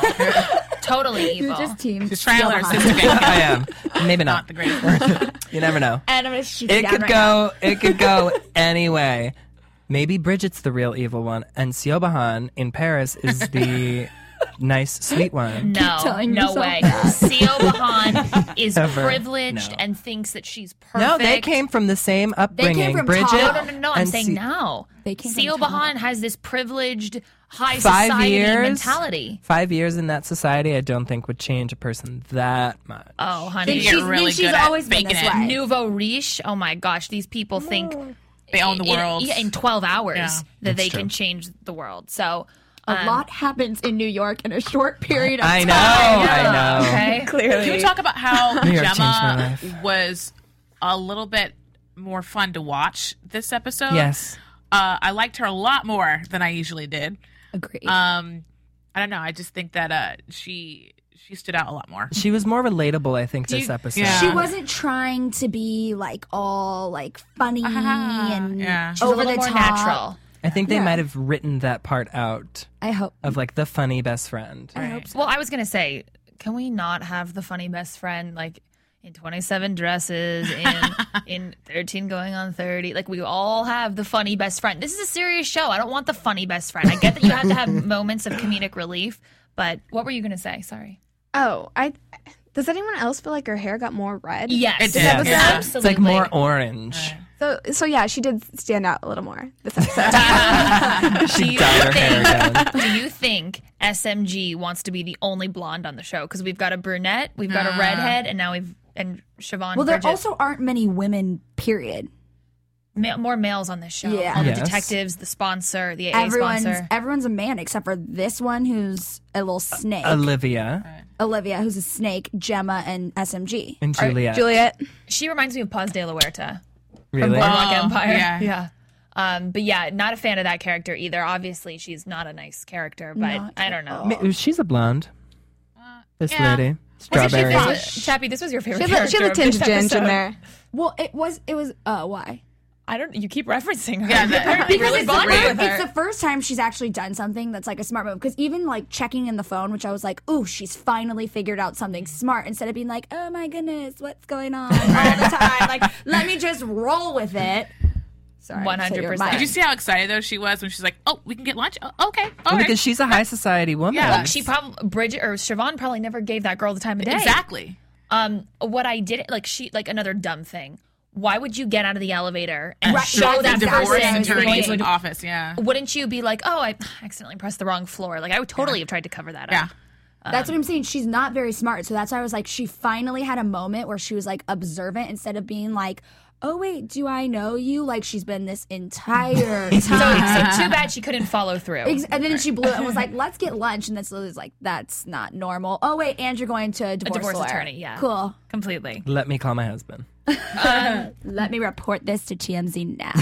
S3: totally evil.
S2: team.
S5: She's trying to learn sister [laughs]
S3: [laughs]
S5: game.
S4: I am. Maybe
S5: Not
S4: not.
S5: the greatest. person.
S4: [laughs] You never know.
S2: And I'm gonna shoot you
S4: It
S2: down
S4: could
S2: right now.
S4: go. It could go anyway. Maybe Bridget's the real evil one, and Siobahan in Paris is the nice, sweet one.
S3: No,
S2: telling
S3: no
S2: yourself
S3: way.
S2: that.
S3: Seo Bahan
S4: [laughs]
S3: is
S4: Ever.
S3: privileged
S4: No.
S3: and thinks that she's perfect.
S4: No, they came from the same upbringing.
S2: from
S4: Bridget.
S2: Tahoe.
S3: No, no, no, no. I'm
S4: and
S3: saying
S4: Si-
S3: now.
S2: They came from
S3: Seo
S2: Tahoe.
S3: Bahan has this privileged, high
S4: Five
S3: society
S4: years?
S3: mentality.
S4: Five years in that society, I don't think would change a person that much.
S3: Oh,
S2: Then
S3: honey.
S5: She's
S2: she's,
S5: really
S2: then she's
S5: good at
S2: always been
S5: faking
S2: this
S5: it.
S2: way.
S3: Nouveau riche. Oh my gosh, these people think
S5: They own the
S3: in-
S5: world.
S3: yeah, in 12 hours
S5: Yeah.
S3: that they can change the world. So
S2: a lot happens in New York in a short period of
S4: I
S2: time.
S4: know. I know.
S3: okay.
S5: Can we
S8: Clearly.
S5: talk about how
S4: New York changed my
S5: Gemma
S4: life.
S5: was a little bit more fun to watch this episode?
S4: Yes.
S5: Uh, I liked her a lot more than I usually did.
S2: Agreed.
S5: Um, I don't know. I just think that uh, she she stood out a lot more.
S4: She was more relatable, I think,
S5: Do you-
S4: this episode.
S5: yeah.
S2: she wasn't trying to be like all like funny and
S5: yeah. She's
S3: She's a
S2: over
S3: little
S2: the
S3: more
S2: top.
S3: natural.
S4: I think they might have written that part out
S2: I hope.
S4: of like the funny best friend.
S3: Well, I was going to say, can we not have the funny best friend like in 27 dresses
S5: [laughs]
S3: in in 13 going on 30? Like we all have the funny best friend. This is a serious show. I don't want the funny best friend. I get that you have
S8: [laughs]
S3: to have moments of comedic relief, but what were you going to say? Sorry.
S8: Oh, I. Does anyone else feel like her hair got more red?
S3: Yes.
S5: It did. Yeah.
S4: It's like more orange.
S8: So, so yeah, she did stand out a little more this episode.
S3: do,
S4: [laughs] She
S3: you
S4: dyed her hair
S3: think,
S4: again.
S3: do you think SMG wants to be the only blonde on the show? Because we've got a brunette, we've got a redhead, and now we've and Siobhan.
S2: Well, there
S3: Bridget.
S2: also aren't many women. Period.
S3: Ma- more males on this show.
S2: Yeah.
S3: All the
S4: Yes.
S3: detectives, the sponsor, the AA
S2: Everyone's
S3: sponsor.
S8: e-
S2: everyone's a man except for this one who's a little snake.
S4: Olivia
S2: Olivia, who's a snake. Gemma and SMG.
S4: and Juliet.
S8: Juliet.
S3: She reminds me of Paz de la Huerta from
S4: really?
S3: Boardwalk
S5: Oh,
S3: Empire. [laughs]
S5: yeah.
S3: Um, but yeah, not a fan of that character either. Obviously, she's not a nice character, but
S2: Not
S3: I don't know.
S4: Ma- She's a blonde. This
S5: yeah.
S4: lady.
S3: Wasn't she
S4: Strawberry.
S3: this was- Chappie, this was your favorite
S8: She has a, she
S3: character
S8: has a tinge of
S3: of this
S8: ginge in
S3: episode.
S8: there.
S2: Well, it was it was uh why.
S3: I don't. You keep referencing her.
S5: Yeah, that-
S3: Apparently
S5: Because
S3: really
S5: it's
S3: bonded
S5: the-
S3: with her.
S2: It's the first time she's actually done something that's like a smart move. Because even like checking in the phone, which I was like, ooh, she's finally figured out something smart instead of being like, oh my goodness, what's
S3: [laughs]
S2: going on all the time? Like, let me just roll with it. Sorry.
S3: One
S2: so you're
S3: hundred
S2: right.
S5: Did you
S3: percent.
S5: see how excited though she was when she's like, "Oh, we can get lunch. Oh, okay, all
S4: Well,
S5: right."
S4: because she's a high society woman.
S5: Yeah,
S3: She probably Bridget or Siobhan probably never gave that girl the time of day.
S5: exactly.
S3: Um, what I did like she like another dumb thing. Why would you get out of the elevator and
S2: Right,
S3: show
S2: that's
S3: that
S2: exactly
S5: Divorce
S2: what I
S3: person?
S2: was
S5: attorneys
S2: thinking.
S5: in office. Yeah.
S3: Wouldn't you be like, oh, I accidentally pressed the wrong floor? Like I would totally have tried to cover that
S5: Yeah.
S3: up.
S2: That's what I'm saying. She's not very smart. So that's why I was like, she finally had a moment where she was like observant instead of being like, oh wait, do I know you? Like she's been this
S4: [laughs]
S2: entire
S3: So, so
S2: time.
S3: too bad she couldn't follow through.
S2: Ex- And then she blew it and was like, "Let's get lunch." And that's Lily's like, "That's not normal." Oh wait, and you're going to a divorce,
S3: divorce
S2: lawyer.
S3: attorney, yeah.
S2: cool.
S3: Completely.
S4: Let me call my husband.
S2: Let me report this to TMZ now.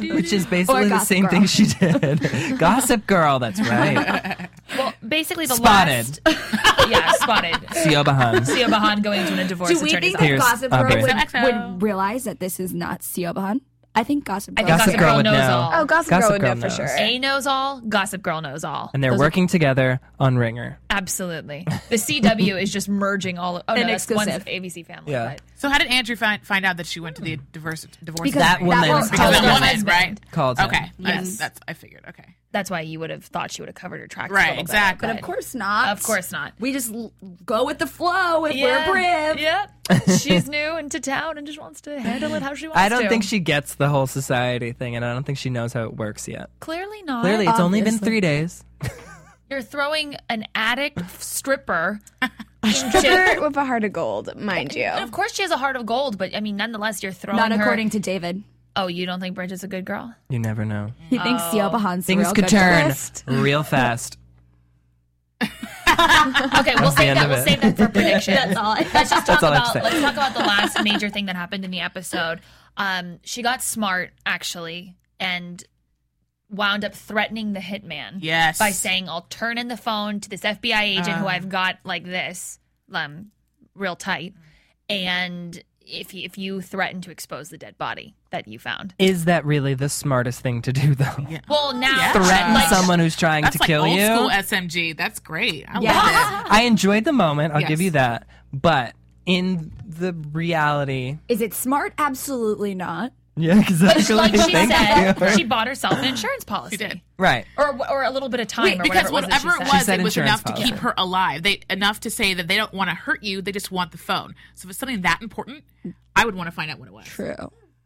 S4: Which is
S2: Or
S4: basically the
S2: Gossip
S4: same
S2: Girl.
S4: thing she did. Gossip Girl, that's right.
S3: Well, basically the
S4: Spotted.
S3: last. [laughs] yeah, spotted.
S4: [laughs] Theo Bahans.
S3: Sia Bahan going to a divorce
S2: Do we
S3: attorney's
S2: think that
S3: office.
S2: Gossip
S4: Here's
S2: Girl
S4: Aubrey.
S5: XOXO.
S2: would, would realize that this is not Siobahan? I think Gossip
S3: I
S2: Girl.
S3: think
S4: Gossip Girl would
S3: knows
S4: know.
S3: all.
S8: Oh, Gossip,
S4: Gossip
S8: Girl would
S4: Girl
S8: know for
S4: knows.
S8: sure.
S3: A knows all. Gossip Girl knows all.
S4: And they're
S3: Those are-
S4: working together on Ringer.
S3: absolutely. The CW is just merging all. Oh no,
S2: An
S3: that's one's
S2: exclusive.
S3: ABC Family.
S4: Yeah.
S3: but-
S5: So how did Andrew find, find out that she went to the divorce divorce?
S2: Because
S4: That
S2: that
S4: woman
S2: woman
S4: is
S5: because
S3: Called
S5: that
S3: her
S5: woman,
S3: husband.
S5: right?
S4: Called him.
S5: Okay,
S2: Yes.
S5: yes, that's I figured. Okay,
S3: That's why you would have thought she would have covered her tracks. a
S5: Right,
S3: little bit,
S5: exactly.
S3: but-
S2: Of course not.
S3: Of course not.
S2: We just l- go with the flow and we're brave. [laughs]
S3: Yep. She's new into town and just wants to handle it how she wants to.
S4: I don't think she gets the whole society thing, and I don't think she knows how it works yet.
S3: Clearly not.
S4: Clearly, it's only been three days.
S3: You're throwing an addict
S2: [laughs]
S3: stripper.
S8: Stripper with a heart of gold, mind you.
S3: And of course, she has a heart of gold, but I mean, nonetheless, you're throwing
S2: Not
S3: her.
S2: according to David.
S3: Oh, you don't think Bridget's a good
S2: [laughs]
S3: girl?
S4: You never know.
S2: He thinks Siobahan's the
S4: Things
S2: real
S4: could
S2: good
S4: turn
S2: twist.
S4: real fast.
S3: Okay, we'll
S4: the
S3: save
S4: end
S3: that.
S4: of
S3: We'll
S4: it.
S3: save that
S4: [laughs]
S3: for predictions. That's all. Let's just talk
S4: all I have
S3: about.
S4: to say.
S3: Let's talk about the last major thing that happened in the episode. Um, she got smart actually, and wound up threatening the hitman.
S5: Yes.
S3: By saying, "I'll turn in the phone to this FBI agent who
S4: Uh.
S3: I've got like this, um, real tight, and if if you threaten to expose the dead body that you found."
S4: [laughs] Is that really the smartest thing to do, though?
S3: Well, now
S4: [laughs] Threaten
S3: like,
S4: someone who's trying
S5: that's
S4: to
S5: like
S4: kill
S5: old
S4: you.
S5: school SMG. That's great. I love it.
S4: I enjoyed the moment. I'll give
S5: Yes.
S4: you that. But in the reality,
S2: Is it smart? Absolutely not.
S4: yeah,
S3: But she-
S4: exactly.
S3: like she
S4: Thank you.
S3: said, she bought herself an insurance policy.
S5: did.
S4: right.
S3: Or, or a little bit of time [laughs] or
S5: because
S3: whatever
S5: whatever
S3: that
S5: it was,
S3: she said.
S4: said
S5: it was
S4: insurance
S5: enough to
S4: policy.
S5: keep her alive. They enough to say that they don't want to hurt you. They just want the phone. So if it's something that important, I would want to find out what it was.
S2: True.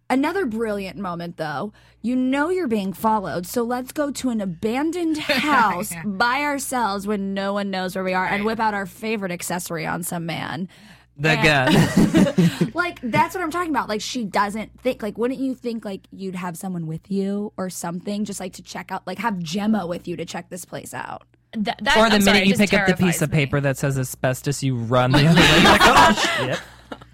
S2: Another brilliant moment, though. You know you're being followed, so let's go to an abandoned house by ourselves when no one knows where we are and whip out our favorite accessory on some man.
S4: The gun.
S2: Like, that's what I'm talking about. Like, she doesn't think, like, wouldn't you think, like, you'd have someone with you or something just like to check out, like, have Gemma with you to check this place out?
S3: Th- that- [laughs]
S4: or
S3: I'm
S4: the minute
S3: sorry, it
S4: you
S3: just
S4: pick up the piece
S3: terrifies
S4: of
S3: me.
S4: paper that says asbestos, you run the other way. [laughs] Like, oh, shit.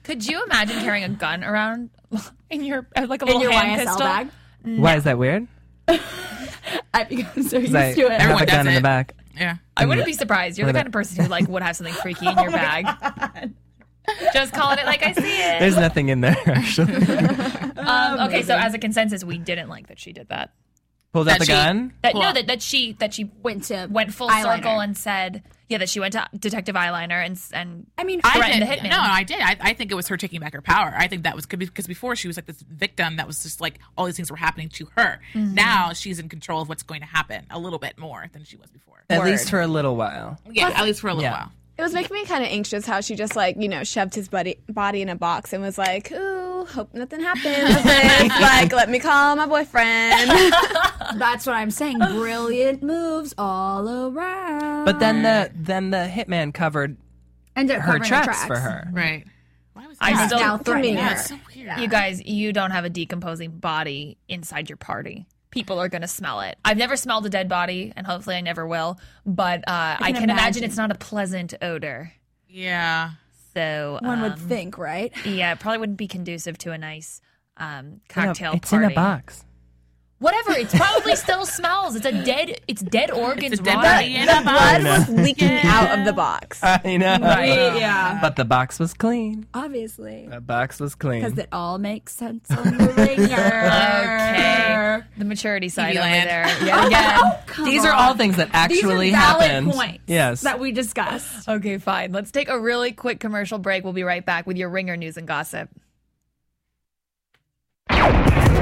S3: Could you imagine carrying a gun around [laughs] in your uh, like a little
S2: your
S3: hand
S2: YSL
S3: pistol?
S2: bag?
S3: Mm.
S4: Why is that weird?
S2: I, [laughs] because they're used
S4: 'Cause I
S2: to it.
S4: have a
S5: Everyone
S4: gun
S5: does
S4: in the
S5: it.
S4: back.
S5: Yeah.
S3: I wouldn't be surprised. You're the
S4: Wait a
S3: kind of person who like would have something freaky in
S2: [laughs] Oh
S3: your bag. Just calling it like I see it.
S4: There's nothing in there,
S3: [laughs]
S4: actually.
S3: Um, okay, so as a consensus, we didn't like that she did that.
S4: Pulled out
S5: That
S4: the
S5: she-
S4: gun.
S3: That no, that, that she that she
S2: Went to
S3: went full
S2: eyeliner.
S3: circle and said, yeah, that she went to Detective Eyeliner and s- and
S2: I mean,
S3: I
S2: I
S3: threatened
S5: did.
S3: the hitman.
S5: No, I did. I, I think it was her taking back her power. I think that was because before she was like this victim that was just like all these things were happening to her. Now she's in control of what's going to happen a little bit more than she was before.
S4: At least for a little while.
S5: Yeah, at least for a little
S4: Yeah.
S5: while.
S8: It was making me kind of anxious how she just like you know shoved his body body in a box and was like, "Ooh, hope nothing happens." with this. like, let me call my boyfriend.
S2: that's what I'm saying. Brilliant moves all around.
S4: But then the then the hitman covered
S2: and they're
S4: her
S2: covering
S4: tracks, for her.
S5: Right. Why was
S3: I
S5: that?
S3: still
S2: Now threatening
S5: yeah,
S2: her.
S5: it's so weird.
S3: You guys, you don't have a decomposing body inside your party. People are going to smell it. I've never smelled a dead body, and hopefully I never will, but uh, I can, imagine.
S2: imagine.
S3: it's not a pleasant odor.
S5: Yeah.
S3: So,
S2: One would
S3: um,
S2: think, right?
S3: yeah, it probably wouldn't be conducive to a nice um,
S4: No,
S3: cocktail
S4: it's
S3: party.
S4: in a box. [laughs]
S3: Whatever, it probably still smells. It's a dead, it's dead organs
S5: It's a dead
S3: rotting.
S5: body in a
S8: Blood was
S5: box.
S8: leaking out of the box.
S4: I know.
S2: Yeah.
S4: But the box was clean.
S2: Obviously.
S4: The box was
S2: Because
S4: clean.
S2: it all makes sense on the ringer.
S3: Okay, the maturity side
S5: TV
S3: over
S5: land.
S3: there. Yeah, yeah.
S4: These are all things that
S2: These are
S4: actually
S2: valid
S4: happened.
S2: points
S4: yes.
S2: that we discussed.
S3: okay, fine. Let's take a really quick commercial break. We'll be right back with your ringer news and gossip.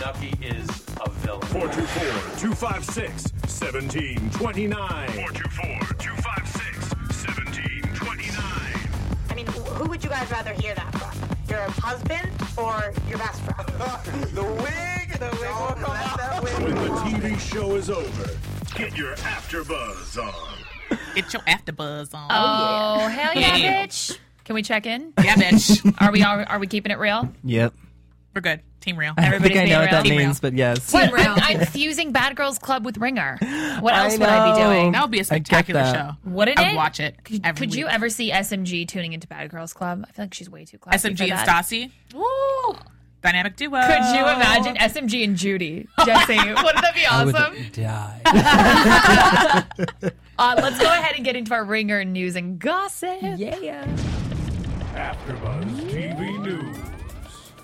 S9: Nucky is a villain.
S10: 424 256 1729. 424 256 1729.
S11: I mean, wh- who would you guys rather hear that from? Your husband or your best friend? the wig. The wig will come off.
S10: When the TV show is over, get your AfterBuzz on.
S5: Get your AfterBuzz on.
S3: Oh,
S5: yeah.
S3: hell
S5: Yeah.
S3: yeah, bitch. Can we check in?
S5: Yeah, bitch. [laughs]
S3: are we all, are we keeping it real?
S4: Yep.
S5: We're good. Team real.
S4: I don't think I
S3: being
S4: know what that
S3: real.
S4: means, but yes.
S3: What? I'm, I'm fusing Bad Girls Club with Ringer. What
S4: I
S3: else would I be
S4: know.
S3: doing?
S4: That would be a I get spectacular that. show.
S3: Wouldn't
S5: I'd
S3: it?
S5: watch it
S3: Could,
S5: every
S3: could you
S5: week.
S3: ever see SMG tuning into Bad Girls Club? I feel like she's way too classy
S5: SMG
S3: for
S5: and Oh.
S3: that.
S5: Stassi. Woo! Dynamic duo.
S3: Could you imagine SMG and Judy? Jesse, wouldn't that be
S4: I would
S3: awesome?
S4: die.
S3: Uh, let's go ahead and get into our Ringer news and gossip. Yeah.
S10: AfterBuzz TV News.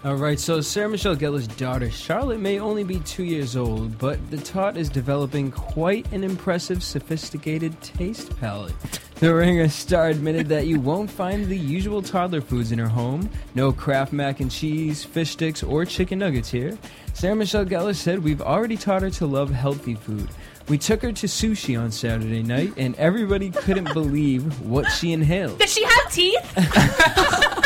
S6: All right, so Sarah Michelle Gellar's daughter Charlotte may only be two years old, but the tot is developing quite an impressive, sophisticated taste palette. The Ringer star admitted that you won't find the usual toddler foods in her home. No Kraft mac and cheese, fish sticks, or chicken nuggets here. Sarah Michelle Gellar said, "We've already taught her to love healthy food." We took her to sushi on Saturday night, and everybody couldn't believe what she inhaled.
S3: Does she have teeth?
S4: [laughs]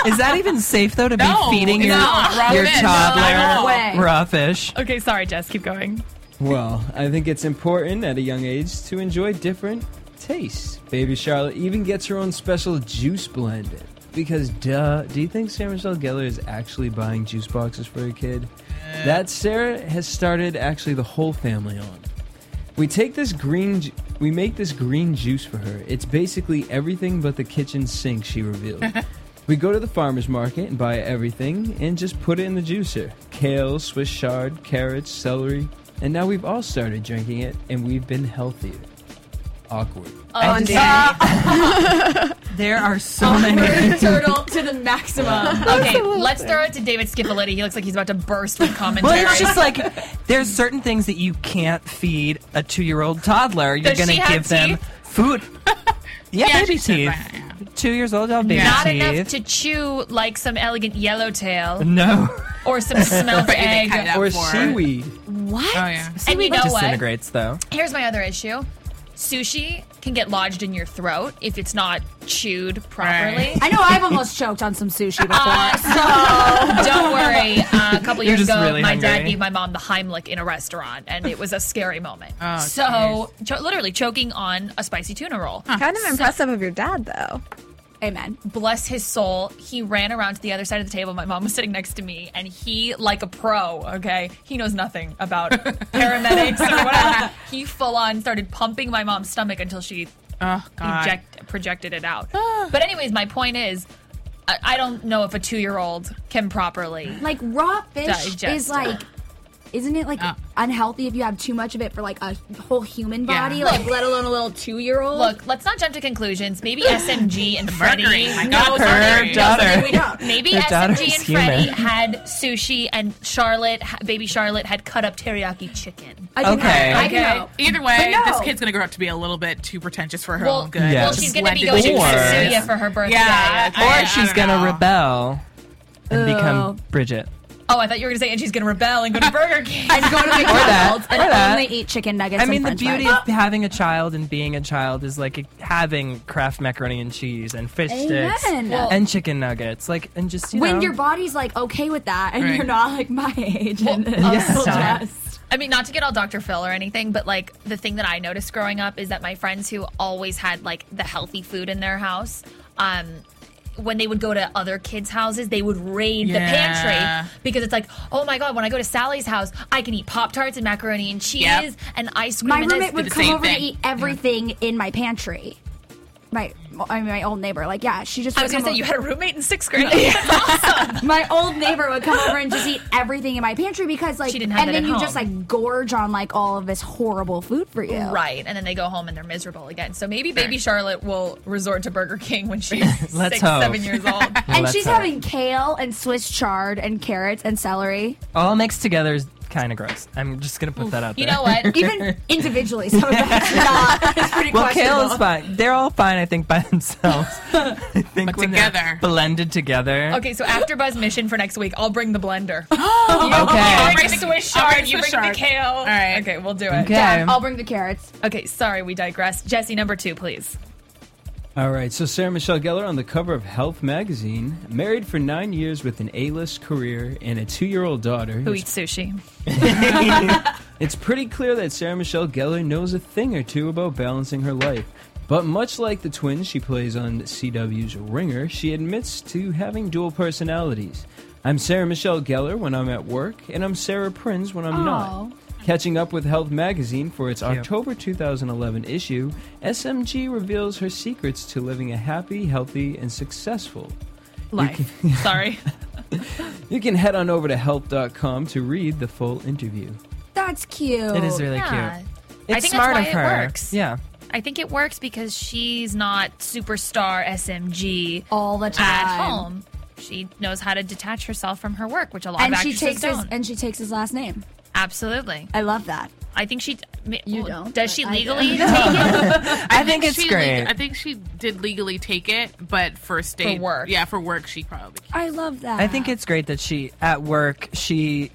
S4: Is that even safe though to
S3: No,
S4: be feeding
S3: it's
S4: your,
S3: not. Raw
S4: your
S3: fish.
S4: toddler
S3: No way.
S4: raw fish?
S3: Okay, sorry, Jess. Keep going.
S6: Well, I think it's important at a young age to enjoy different tastes. Baby Charlotte even gets her own special juice blend. Because, duh, do you think Sarah Michelle Gellar is actually buying juice boxes for her kid? That Sarah has started actually the whole family on. We take this green, ju- we make this green juice for her. It's basically everything but the kitchen sink, she revealed. We go to the farmer's market and buy everything and just put it in the juicer kale, Swiss chard, carrots, celery. And now we've all started drinking it and we've been healthier. Awkward.
S4: I just- Oh, [laughs] there are
S3: Oh,
S4: so many.
S3: turtle to the maximum. okay,
S4: Absolutely.
S3: let's throw it to David Skipaletti. He looks like he's about to burst with commentary.
S4: Well, it's just like there's certain things that you can't feed a two-year-old toddler. You're
S3: Does
S4: gonna
S3: she have
S4: give them
S3: teeth? [laughs]
S4: food. Yeah, baby teeth. Two years old, I'll baby
S3: not
S4: teeth.
S3: enough to chew like some elegant yellowtail
S4: no.
S3: or some smelt
S5: But you didn't
S3: egg.
S5: cut it out
S4: Or
S5: for-
S4: seaweed.
S3: What?
S5: Oh, yeah.
S3: And you know what?
S4: disintegrates though.
S3: Here's my other issue. Sushi can get lodged in your throat if it's not chewed properly.
S2: I know I've almost choked on some sushi
S3: [laughs]
S2: before.
S3: Uh, so don't worry. Uh, a couple
S2: You're
S3: years
S2: just
S3: ago,
S2: really
S3: my dad
S2: hungry.
S3: gave my mom the Heimlich in a restaurant, and it was a scary moment.
S8: Oh,
S3: so, cho- literally choking on a spicy tuna roll.
S8: [laughs] Kind of
S3: So-
S8: impressive of your dad, though.
S3: Amen. Bless his soul. He ran around to the other side of the table. My mom was sitting next to me, and he, like a pro, okay, he knows nothing
S4: [laughs]
S3: about paramedics or whatever. He full on started pumping my mom's stomach until she
S4: Oh,
S5: God.
S3: eject- projected it out.
S4: Ah.
S3: but, anyways, my point is. I- I don't know if a two-year-old can properly
S2: Like raw fish
S3: Digest.
S2: is like, isn't it like
S3: Oh.
S2: unhealthy if you have too much of it for like a whole human
S3: Yeah.
S2: body,
S3: Look.
S2: like let alone a little two year old?
S3: Look, let's not jump to conclusions.
S4: [laughs]
S3: Maybe SMG and Freddie.
S5: mercury. My God,
S3: knows
S5: her
S3: something- knows
S4: daughter.
S3: something we don't. Maybe
S4: Her daughter
S3: SMG
S4: is
S3: and Freddie
S4: human.
S3: had sushi, and Charlotte, ha- baby Charlotte, had cut up teriyaki chicken.
S5: I can
S4: Okay. help. I can
S5: okay.
S4: help.
S5: Either way,
S3: But no.
S5: this kid's gonna grow up to be a little bit too pretentious for her
S3: Well,
S5: own good.
S4: well,
S5: Just
S3: she's gonna be going
S5: blend it
S3: to
S5: in.
S3: Kazuya for her birthday.
S5: Yeah,
S3: I- I- I
S4: or she's
S3: don't
S4: gonna
S3: know.
S4: rebel and become
S3: Ew.
S4: Bridget.
S3: Oh, I thought you were going to say, and she's going to rebel and go [laughs] to Burger King.
S2: I'd
S4: [laughs]
S2: go to
S3: Or
S2: McDonald's and
S4: or that.
S2: only eat chicken nuggets.
S4: I mean,
S2: and
S4: the
S2: french
S4: beauty
S2: fries.
S4: of having a child and being a child is like having Kraft macaroni and cheese and fish sticks
S2: Amen. Well-
S4: and chicken nuggets, like and just you
S2: when
S4: know.
S2: your body's like okay with that and
S4: Right.
S2: you're not like my age and
S3: Well, uh,
S2: it's
S3: also-
S2: just-
S3: I mean, not to get all Dr. Phil or anything, but like the thing that I noticed growing up is that my friends who always had like the healthy food in their house, um, when they would go to other kids' houses, they would raid the
S5: Yeah.
S3: pantry because it's like, oh my god, when I go to Sally's house, I can eat Pop Tarts and macaroni and cheese
S5: Yep.
S3: and ice cream.
S2: my
S3: and this."
S2: roommate would come over to eat everything in my pantry. My, I mean, my old neighbor, like, yeah, she just.
S3: I
S2: would
S3: was gonna
S2: come
S3: say you
S2: over-
S3: had a roommate in [laughs] sixth grade.
S2: my old neighbor would come over and just eat everything in my pantry because, like,
S3: She didn't have
S2: and
S3: that
S2: then
S3: at
S2: you
S3: home.
S2: just like gorge on like all of this horrible food for you,
S3: Right, and then they go home and they're miserable again. So maybe baby Charlotte will resort to Burger King when she's
S4: Let's
S3: six,
S4: hope.
S3: seven years old.
S4: Well,
S2: and
S4: that's
S2: she's
S3: [laughs]
S4: all.
S2: having kale and Swiss chard and carrots and celery.
S4: all mixed together is
S12: kind of gross. I'm just gonna put that out
S2: You
S12: there.
S2: know what? Even
S3: [laughs]
S2: individually, some of that's not. It's pretty
S12: well,
S2: questionable.
S12: kale is fine. They're all fine, I
S4: [laughs]
S12: think, by themselves.
S2: [laughs]
S12: I think when they're
S3: together.
S12: blended together.
S3: Okay, so after Buzz mission for next week, I'll bring the blender. okay.
S2: Oh,
S12: Okay.
S3: You bring the Swiss
S5: I'll
S3: chard,
S5: bring
S3: you
S5: Swiss
S3: bring
S5: chard.
S3: the kale. All right. Okay, we'll do it. oh,
S12: Okay. Done. I'll
S2: bring the carrots.
S3: Okay, sorry, we digress. Jesse, number two, please.
S4: All right, so Sarah Michelle Gellar on the cover of Health magazine, married for nine years with an A-list career and a two-year-old daughter.
S3: Who
S4: It's-
S3: eats sushi?
S4: It's pretty clear that Sarah Michelle Gellar knows a thing or two about balancing her life. But much like the twins she plays on CW's Ringer, she admits to having dual personalities. I'm Sarah Michelle Gellar when I'm at work, and I'm Sarah Prinz when I'm
S13: Aw.
S4: not. Catching up with Health magazine for its October 2011 issue, SMG reveals her secrets to living a happy, healthy, and successful
S3: Life. Sorry.
S4: You can head on over to help.com to read the full interview.
S2: That's cute.
S12: It is really
S3: Oh, Yeah.
S12: cute.
S3: I
S12: It's
S3: think
S12: smart
S3: that's why
S12: of her.
S3: It works.
S12: Yeah.
S3: I think it works because she's not superstar SMG
S2: all the
S3: at
S2: time.
S3: home. She knows how to detach herself from her work, which a lot
S2: And
S3: of
S2: she
S3: actresses
S2: takes
S3: don't.
S2: his and she takes his last name.
S3: Absolutely.
S2: I love that.
S3: I think she. You
S2: don't.
S3: Does she
S2: I do.
S3: legally?
S12: I think it's
S5: she
S12: great.
S5: leg- I think she did legally take it, but for state work, yeah, for work, she probably.
S2: I love that.
S12: I think it's great that she, at work, she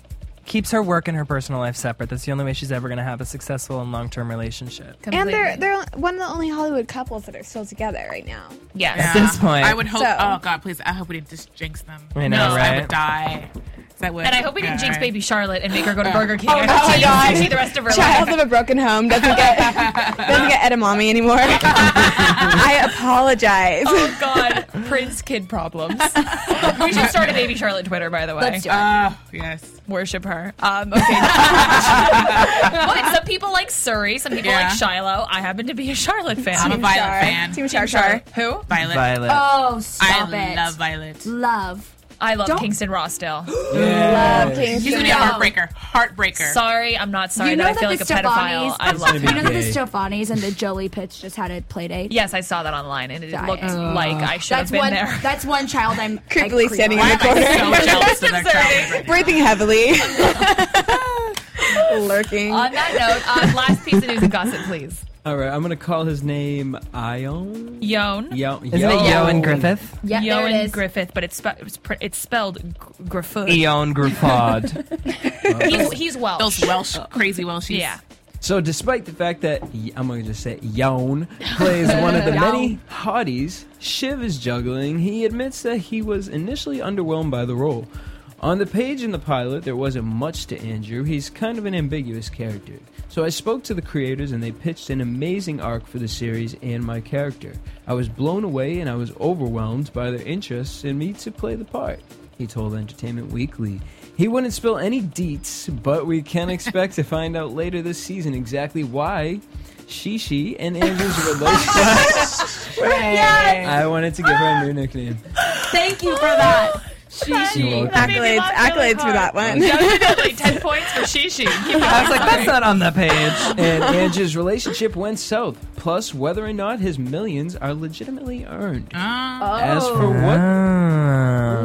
S12: keeps her work and her personal life separate. That's the only way she's ever going to have a successful and long term relationship.
S8: [laughs] And they're they're one of the only Hollywood couples that are still together right now.
S3: Yes.
S12: At this point.
S5: I would hope.
S8: So-
S5: Oh God, please! I hope we didn't just jinx them.
S12: I know,
S5: No, I
S12: right?
S5: would die. 'Cause I would.
S3: And I hope we didn't jinx
S5: die.
S3: baby Charlotte and make her go to Burger King.
S8: Oh,
S3: and
S8: no,
S3: she-
S8: God.
S3: she the rest of her
S8: Child
S3: life.
S8: of a broken home doesn't get doesn't get edamame anymore. I apologize.
S3: [laughs] Oh God, Prince kid problems. [laughs] we should start a baby Charlotte Twitter, by the way.
S8: Let's do it.
S5: Oh, yes.
S3: Worship her. Um, okay. well, some people like Surrey. Some people
S5: Yeah.
S3: like Shiloh. I happen to be a Charlotte fan.
S5: I'm a Team Violet Char. fan. Team
S3: Char Char. Who?
S5: Violet.
S12: Violet.
S2: Oh, stop
S5: I
S2: it.
S5: love Violet.
S2: Love.
S3: I love Kingston Rossdale.
S4: Oh.
S5: Love Kingston. He's gonna be a heartbreaker. Heartbreaker.
S3: Sorry, I'm not sorry
S2: you know
S3: that,
S2: that
S3: I feel
S2: the
S3: like a pedophile.
S2: Stefanis,
S3: I love
S2: you
S3: him.
S2: know that the Stefanis and the Jolie Pitts just had a play date.
S3: Yes, I saw that online, and it
S2: Diet.
S3: looked like I should
S2: that's
S3: have been
S2: one,
S3: there.
S2: That's one child
S8: [laughs]
S2: I'm
S8: Creepily
S2: I
S8: standing
S2: creep
S8: in
S2: on.
S8: the corner, breathing heavily, [laughs] lurking.
S3: On that note, um, last piece of news and gossip, please.
S4: All right, I'm gonna call his name Ion.
S3: Yon.
S4: Yo,
S12: Isn't it Yoan Griffith?
S2: Yeah, there it
S3: Yoan
S2: is.
S3: Griffith, but it's spe- it's, pr- it's spelled gr- Griffith.
S12: Eon Griffod.
S3: He's, he's Welsh.
S5: Those Welsh, crazy Welshies.
S3: Yeah.
S4: so, [laughs] despite the fact that y- I'm gonna just say Yoan plays
S12: [laughs]
S4: one of the
S5: Yoan.
S4: many hotties Shiv is juggling, he admits that he was initially underwhelmed by the role. On the page in the pilot, there wasn't much to Andrew. He's kind of an ambiguous character. So I spoke to the creators and they pitched an amazing arc for the series and my character. I was blown away and I was overwhelmed by their interest in me to play the part, he told Entertainment Weekly. He wouldn't spill any deets, but we can expect to find out later this season exactly why Shishi and
S11: [laughs]
S4: Andrew's [laughs] relationship. I wanted to give her a new nickname.
S2: Thank you for that.
S4: You're welcome.
S8: accolades, accolades for that one.
S3: Definitely 10 points for Shishi. Keep
S12: I was like, that's not on the page.
S4: and Andrew's relationship went south. Plus, whether or not his millions are legitimately earned. As for what?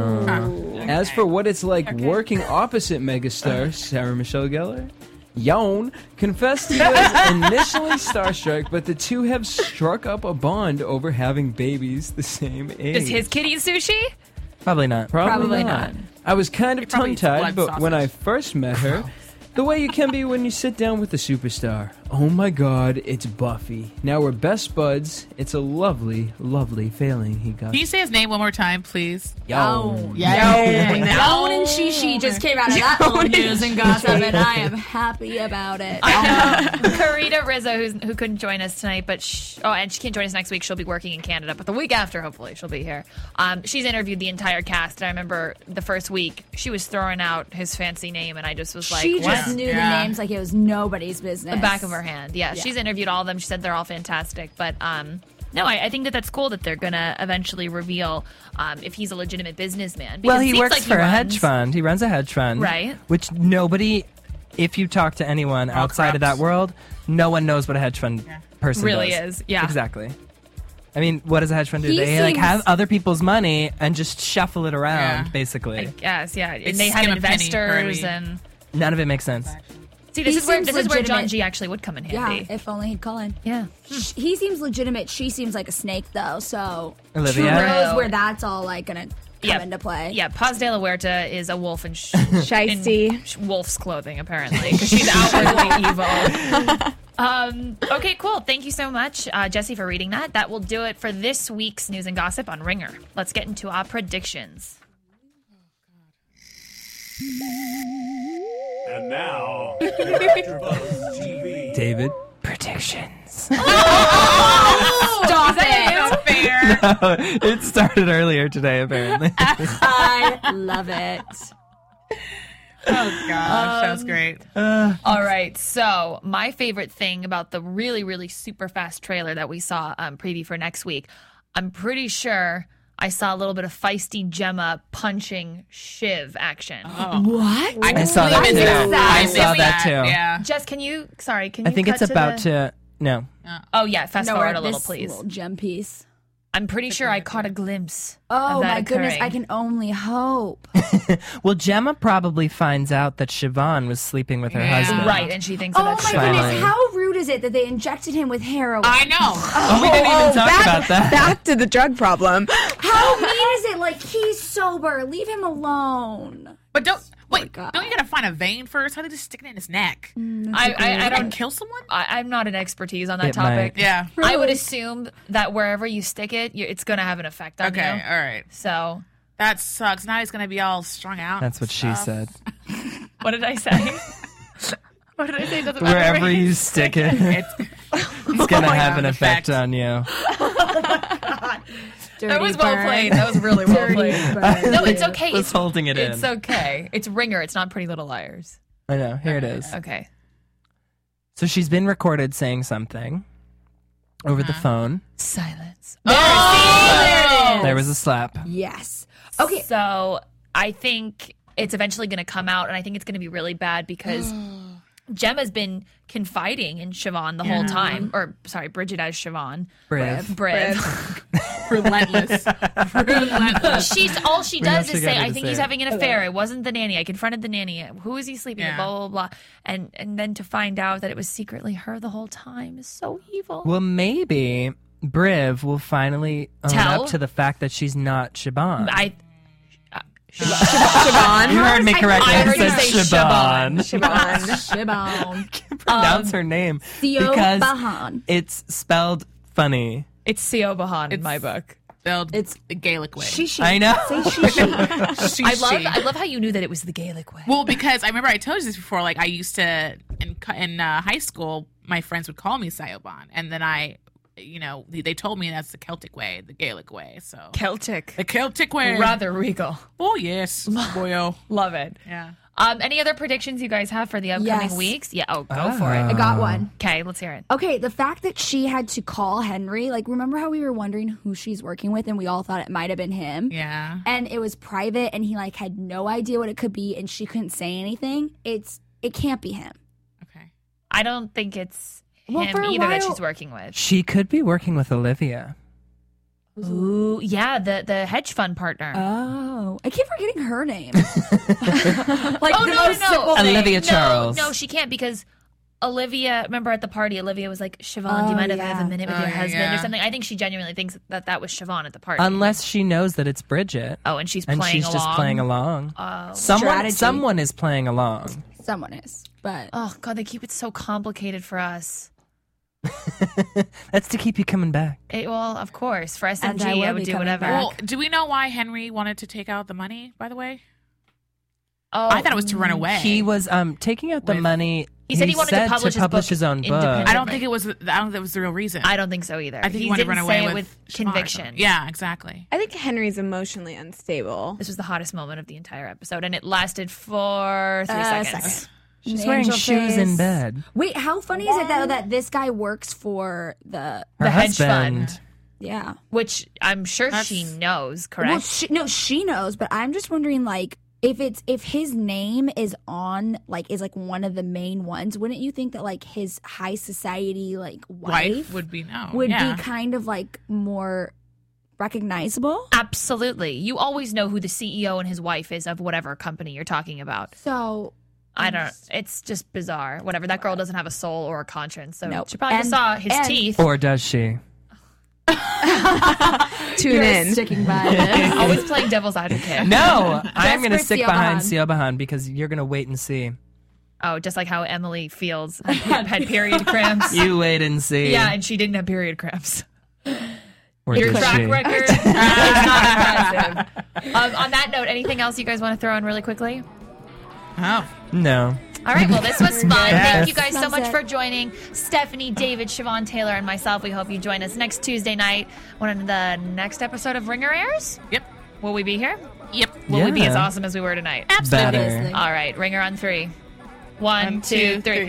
S4: As for what it's like working opposite megastar Sarah Michelle Gellar. Yon confessed he was initially starstruck, but the two have struck up a bond over having babies the same age.
S3: Does his kitty sushi?
S12: Probably not.
S4: Probably,
S3: Probably
S4: not.
S3: not.
S4: I was kind of
S3: It probably
S4: tongue
S3: eats
S4: tied, but
S3: blood
S4: when I first met her, the way you can be when you sit down with a superstar. Oh my god, it's Buffy. Now we're best buds. It's a lovely, lovely failing he got.
S5: Can you say his name one more time, please? Oh,
S2: [laughs]
S4: Yo.
S2: Owen and
S3: Oh
S2: Shishi just came out of that little news and gossip, and I am happy
S3: [laughs]
S2: about it.
S3: Karita Uh, Rizzo, who's, who couldn't join us tonight, but sh- oh, and she can't join us next week. She'll be working in Canada, but the week after, hopefully, she'll be here. Um, she's interviewed the entire cast, and I remember the first week she was throwing out his fancy name, and I just was like,
S2: she
S3: what?
S2: just knew the names like it was nobody's business.
S3: the back of her hand. Yeah,
S2: Yeah.
S3: she's interviewed all of them. She said they're all fantastic. But um, no, I, I think that that's cool that they're gonna eventually reveal um, if he's a legitimate businessman.
S12: Well,
S3: Because it
S12: he
S3: seems
S12: works
S3: like
S12: for a
S3: runs-
S12: hedge fund. He runs a hedge fund.
S3: Right.
S12: Which nobody, if you talk to anyone outside of that world, no one knows what a hedge fund person
S3: Really
S12: does.
S3: is, yeah.
S12: Exactly. I mean, what does a hedge fund do?
S3: He
S12: they like
S3: seems-
S12: have other people's money and just shuffle it around,
S5: Yeah.
S12: basically.
S3: Yes, yeah,
S5: It's
S3: and they have
S5: skin a penny,
S3: investors
S5: Kirby.
S3: and
S4: None of it makes sense.
S3: See, this
S2: He
S3: is where
S2: seems
S3: this is where John
S2: legitimate.
S3: G actually would come in
S2: Yeah,
S3: handy.
S2: if only he'd call in.
S3: Yeah.
S2: He seems legitimate. She seems like a snake, though. So
S4: Olivia?
S2: who knows
S3: True.
S2: where that's all like gonna come
S3: Yeah.
S2: into play?
S3: Yeah, Paz de la Huerta is a
S12: [laughs]
S3: wolf in, sh- in sh- wolf's clothing, apparently, 'cause she's outwardly evil. Um, okay, cool. Thank you so much, uh, Jesse, for reading that. That will do it for this week's news and gossip on Ringer. Let's get into our predictions.
S10: And now, AfterBuzz TV.
S4: David.
S12: [laughs]
S4: Predictions.
S2: Stop it!
S4: No, it started earlier today, apparently.
S2: I love it.
S5: Oh gosh, that was
S3: Um,
S5: great.
S3: All right. So, my favorite thing about the really, really super fast trailer that we saw um, preview for next week, I'm pretty sure I saw a little bit of feisty Gemma punching Shiv action.
S4: Oh.
S2: What?
S4: I I saw that
S3: missed
S4: too. I missed saw that too. Yeah.
S3: Jess, can you? Sorry, can you?
S4: I think
S3: cut
S4: it's about
S3: the-
S4: to. No.
S3: Oh yeah, fast
S2: Nowhere,
S3: forward a little,
S2: this
S3: please.
S2: Little gem piece.
S3: I'm pretty sure I caught a glimpse.
S2: Oh
S3: of that
S2: my goodness! I
S3: occurring.
S2: can only hope.
S4: Well, Gemma probably finds out that Siobhan was sleeping with her husband.
S3: Right, and she thinks
S2: Oh
S3: that
S2: my
S3: that's
S4: Finally.
S2: goodness! How rude is it that they injected him with heroin? I
S5: know.
S4: Oh, we didn't even talk
S8: back,
S4: about that.
S8: Back to the drug problem.
S2: How mean is it? Like he's sober. Leave him alone.
S5: But don't wait. Don't you gotta find a vein first? How they just stick it in his neck?
S3: I, I, I don't
S5: And kill someone.
S3: I, I'm not an expertise on that
S4: It
S3: topic.
S4: might. Yeah.
S3: I would assume that wherever you stick it, you, it's going to have an effect on
S5: Okay,
S3: you.
S5: all right.
S3: So,
S5: That sucks. Now he's gonna be all strung out.
S4: That's what she said.
S3: what did [laughs] I say? what did I say? Doesn't matter
S4: Wherever
S3: where [laughs]
S4: you stick it, it's, gonna have an effect on you. [laughs]
S3: That was well
S2: bird.
S3: played. That was really well
S2: Dirty
S3: played.
S2: bird.
S3: No, it's okay.
S4: Was
S3: It's
S4: holding it
S3: It's
S4: in.
S3: okay. It's Ringer. It's not Pretty Little Liars.
S4: I know. Here it is.
S3: Okay.
S4: So she's been recorded saying something over the phone.
S3: Silence.
S4: There was a slap.
S2: Yes.
S3: Okay. So I think it's eventually going to come out, and I think it's going to be really bad [gasps] because Gemma's been confiding in Siobhan the whole
S4: Yeah.
S3: time. Or, sorry, Bridget as Siobhan.
S4: Briv.
S3: Briv.
S5: Relentless. [laughs] Relentless.
S3: [laughs] She's all she
S5: We know
S3: does
S5: she
S3: is
S5: got
S3: say,
S5: her
S3: "I
S5: to
S3: think
S5: say
S3: he's
S5: it.
S3: having an affair. It wasn't the nanny. I confronted the nanny. Who is he sleeping with?
S4: Yeah.
S3: Blah blah blah." And and then to find out that it was secretly her the whole time is so evil.
S4: Well, maybe Briv will finally own
S3: Tell?
S4: up to the fact that she's not Siobhan.
S3: I.
S4: Siobhan? You heard me correctly.
S3: I
S4: I
S3: heard you
S4: said
S3: say
S4: Siobhan. [laughs]
S2: Shibon.
S4: Pronounce her name
S2: Theo
S4: because
S2: Bahan.
S4: it's spelled funny.
S3: It's Theo Bahan in my book.
S5: It's the Gaelic way. [laughs]
S3: She, she.
S4: I know.
S5: She,
S3: I love
S5: she.
S3: I love how you knew that it was the Gaelic way.
S5: Well, because I remember I told you this before. Like I used to in co- in uh, high school, my friends would call me Sayoban, and then I, you know, they, they told me that's the Celtic way, the Gaelic way. So
S3: Celtic.
S5: the Celtic way,
S3: [laughs] Rather regal.
S5: Oh [laughs] yes, boyo,
S3: love it.
S5: Yeah.
S3: Um, any other predictions you guys have for the upcoming
S2: Yes.
S3: weeks? Yeah. Oh, go
S2: Ah.
S3: for it.
S2: I got one.
S3: Okay, let's hear it.
S2: Okay, the fact that she had to call Henry, like, remember how we were wondering who she's working with and we all thought it might have been him?
S5: Yeah.
S2: And it was private and he, like, had no idea what it could be and she couldn't say anything. It's, it can't be him.
S3: I don't think it's
S2: Well,
S3: him
S2: for a
S3: either that
S2: while-
S3: she's working with.
S4: She could be working with Olivia.
S3: Ooh, yeah, the the hedge fund partner.
S2: Oh, I keep forgetting her name.
S3: like oh
S2: the
S3: no,
S2: most
S3: no,
S2: simple
S3: no,
S4: thing. Olivia Charles.
S3: No, she can't because Olivia. Remember at the party, Olivia was like, "Siobhan, do you
S2: Oh,
S3: mind if I have
S2: yeah.
S3: a minute with
S2: Oh,
S3: your
S2: yeah,
S3: husband
S2: yeah.
S3: or something?" I think she genuinely thinks that that was Siobhan at the party.
S4: Unless she knows that it's Bridget.
S3: Oh, and she's
S4: and
S3: playing
S4: she's just
S3: along.
S4: playing along.
S3: Oh.
S4: someone,
S3: Strategy.
S4: someone is playing along.
S2: Someone is, but
S3: oh god, they keep it so complicated for us.
S4: That's to keep you coming back.
S3: It, well, of course, for
S2: And
S3: SMG,
S2: I
S3: I,
S2: will
S3: would
S2: be
S3: do
S2: coming
S3: whatever.
S2: back.
S5: Well, do we know why Henry wanted to take out the money? By the way,
S3: oh,
S5: I thought it was to run away.
S4: He was um, taking out the money.
S5: He said he wanted to publish his book
S4: own book.
S5: I don't think it was. I don't think it was the real reason.
S3: I don't think so either.
S5: I think
S3: He
S5: he wanted to
S3: didn't
S5: run away
S3: say it
S5: with,
S3: with
S5: Siobhan or
S3: conviction.
S5: something. Yeah, exactly.
S8: I think Henry's emotionally
S3: [laughs]
S8: unstable.
S3: This was the hottest moment of the entire episode, and it lasted for three
S2: Uh,
S3: seconds.
S2: second.
S4: She's
S2: An
S4: wearing
S2: angel
S4: shoes in
S2: face.
S4: bed.
S2: Wait, how funny is it that, that this guy works for the
S4: Her
S3: The hedge
S4: husband.
S3: fund.
S2: Yeah.
S3: Which I'm sure she knows, correct?
S2: Well, she, no, she knows, but I'm just wondering, like, if it's if his name is on, like, is like one of the main ones, wouldn't you think that like his high society like wife,
S5: Wife would be no.
S2: would
S5: yeah.
S2: be kind of like more recognizable?
S3: E Absolutely. You always know who the CEO and his wife is of whatever company you're talking about.
S2: So
S3: I don't. It's just bizarre. Whatever. That girl doesn't have a soul or a conscience. So
S4: Nope.
S3: she probably just
S4: And-
S3: saw his
S4: and-
S3: teeth.
S4: Or does she?
S3: Tune
S8: in.
S3: Sticking by it. Always playing devil's
S5: [laughs]
S3: advocate.
S4: No, I'm going to
S3: Desperate
S4: stick
S3: Siobhan.
S4: behind Siobhan because you're going to wait and see.
S3: Oh, just like how Emily
S4: [laughs]
S3: feels had, had
S5: [laughs]
S3: period cramps.
S4: You wait and see.
S3: Yeah, and she didn't have period cramps.
S4: Or
S3: Your
S4: did
S3: track
S4: she? [laughs]
S3: record is not impressive. Um, on that note, anything else you guys want to throw in really quickly?
S5: Oh.
S4: No.
S3: All right, well, this was
S4: [laughs]
S3: fun. Thank you
S4: Yes.
S3: guys so
S4: That's
S3: much
S4: it.
S3: for joining Stephanie, David, Siobhan Taylor, and myself. We hope you join us next Tuesday night when the next episode of Ringer airs.
S5: Yep.
S3: Will we be here? Yep. Will we be
S4: Yeah.
S3: as awesome as we were tonight?
S4: Absolutely. Better.
S3: All right, Ringer on three. One, two, three.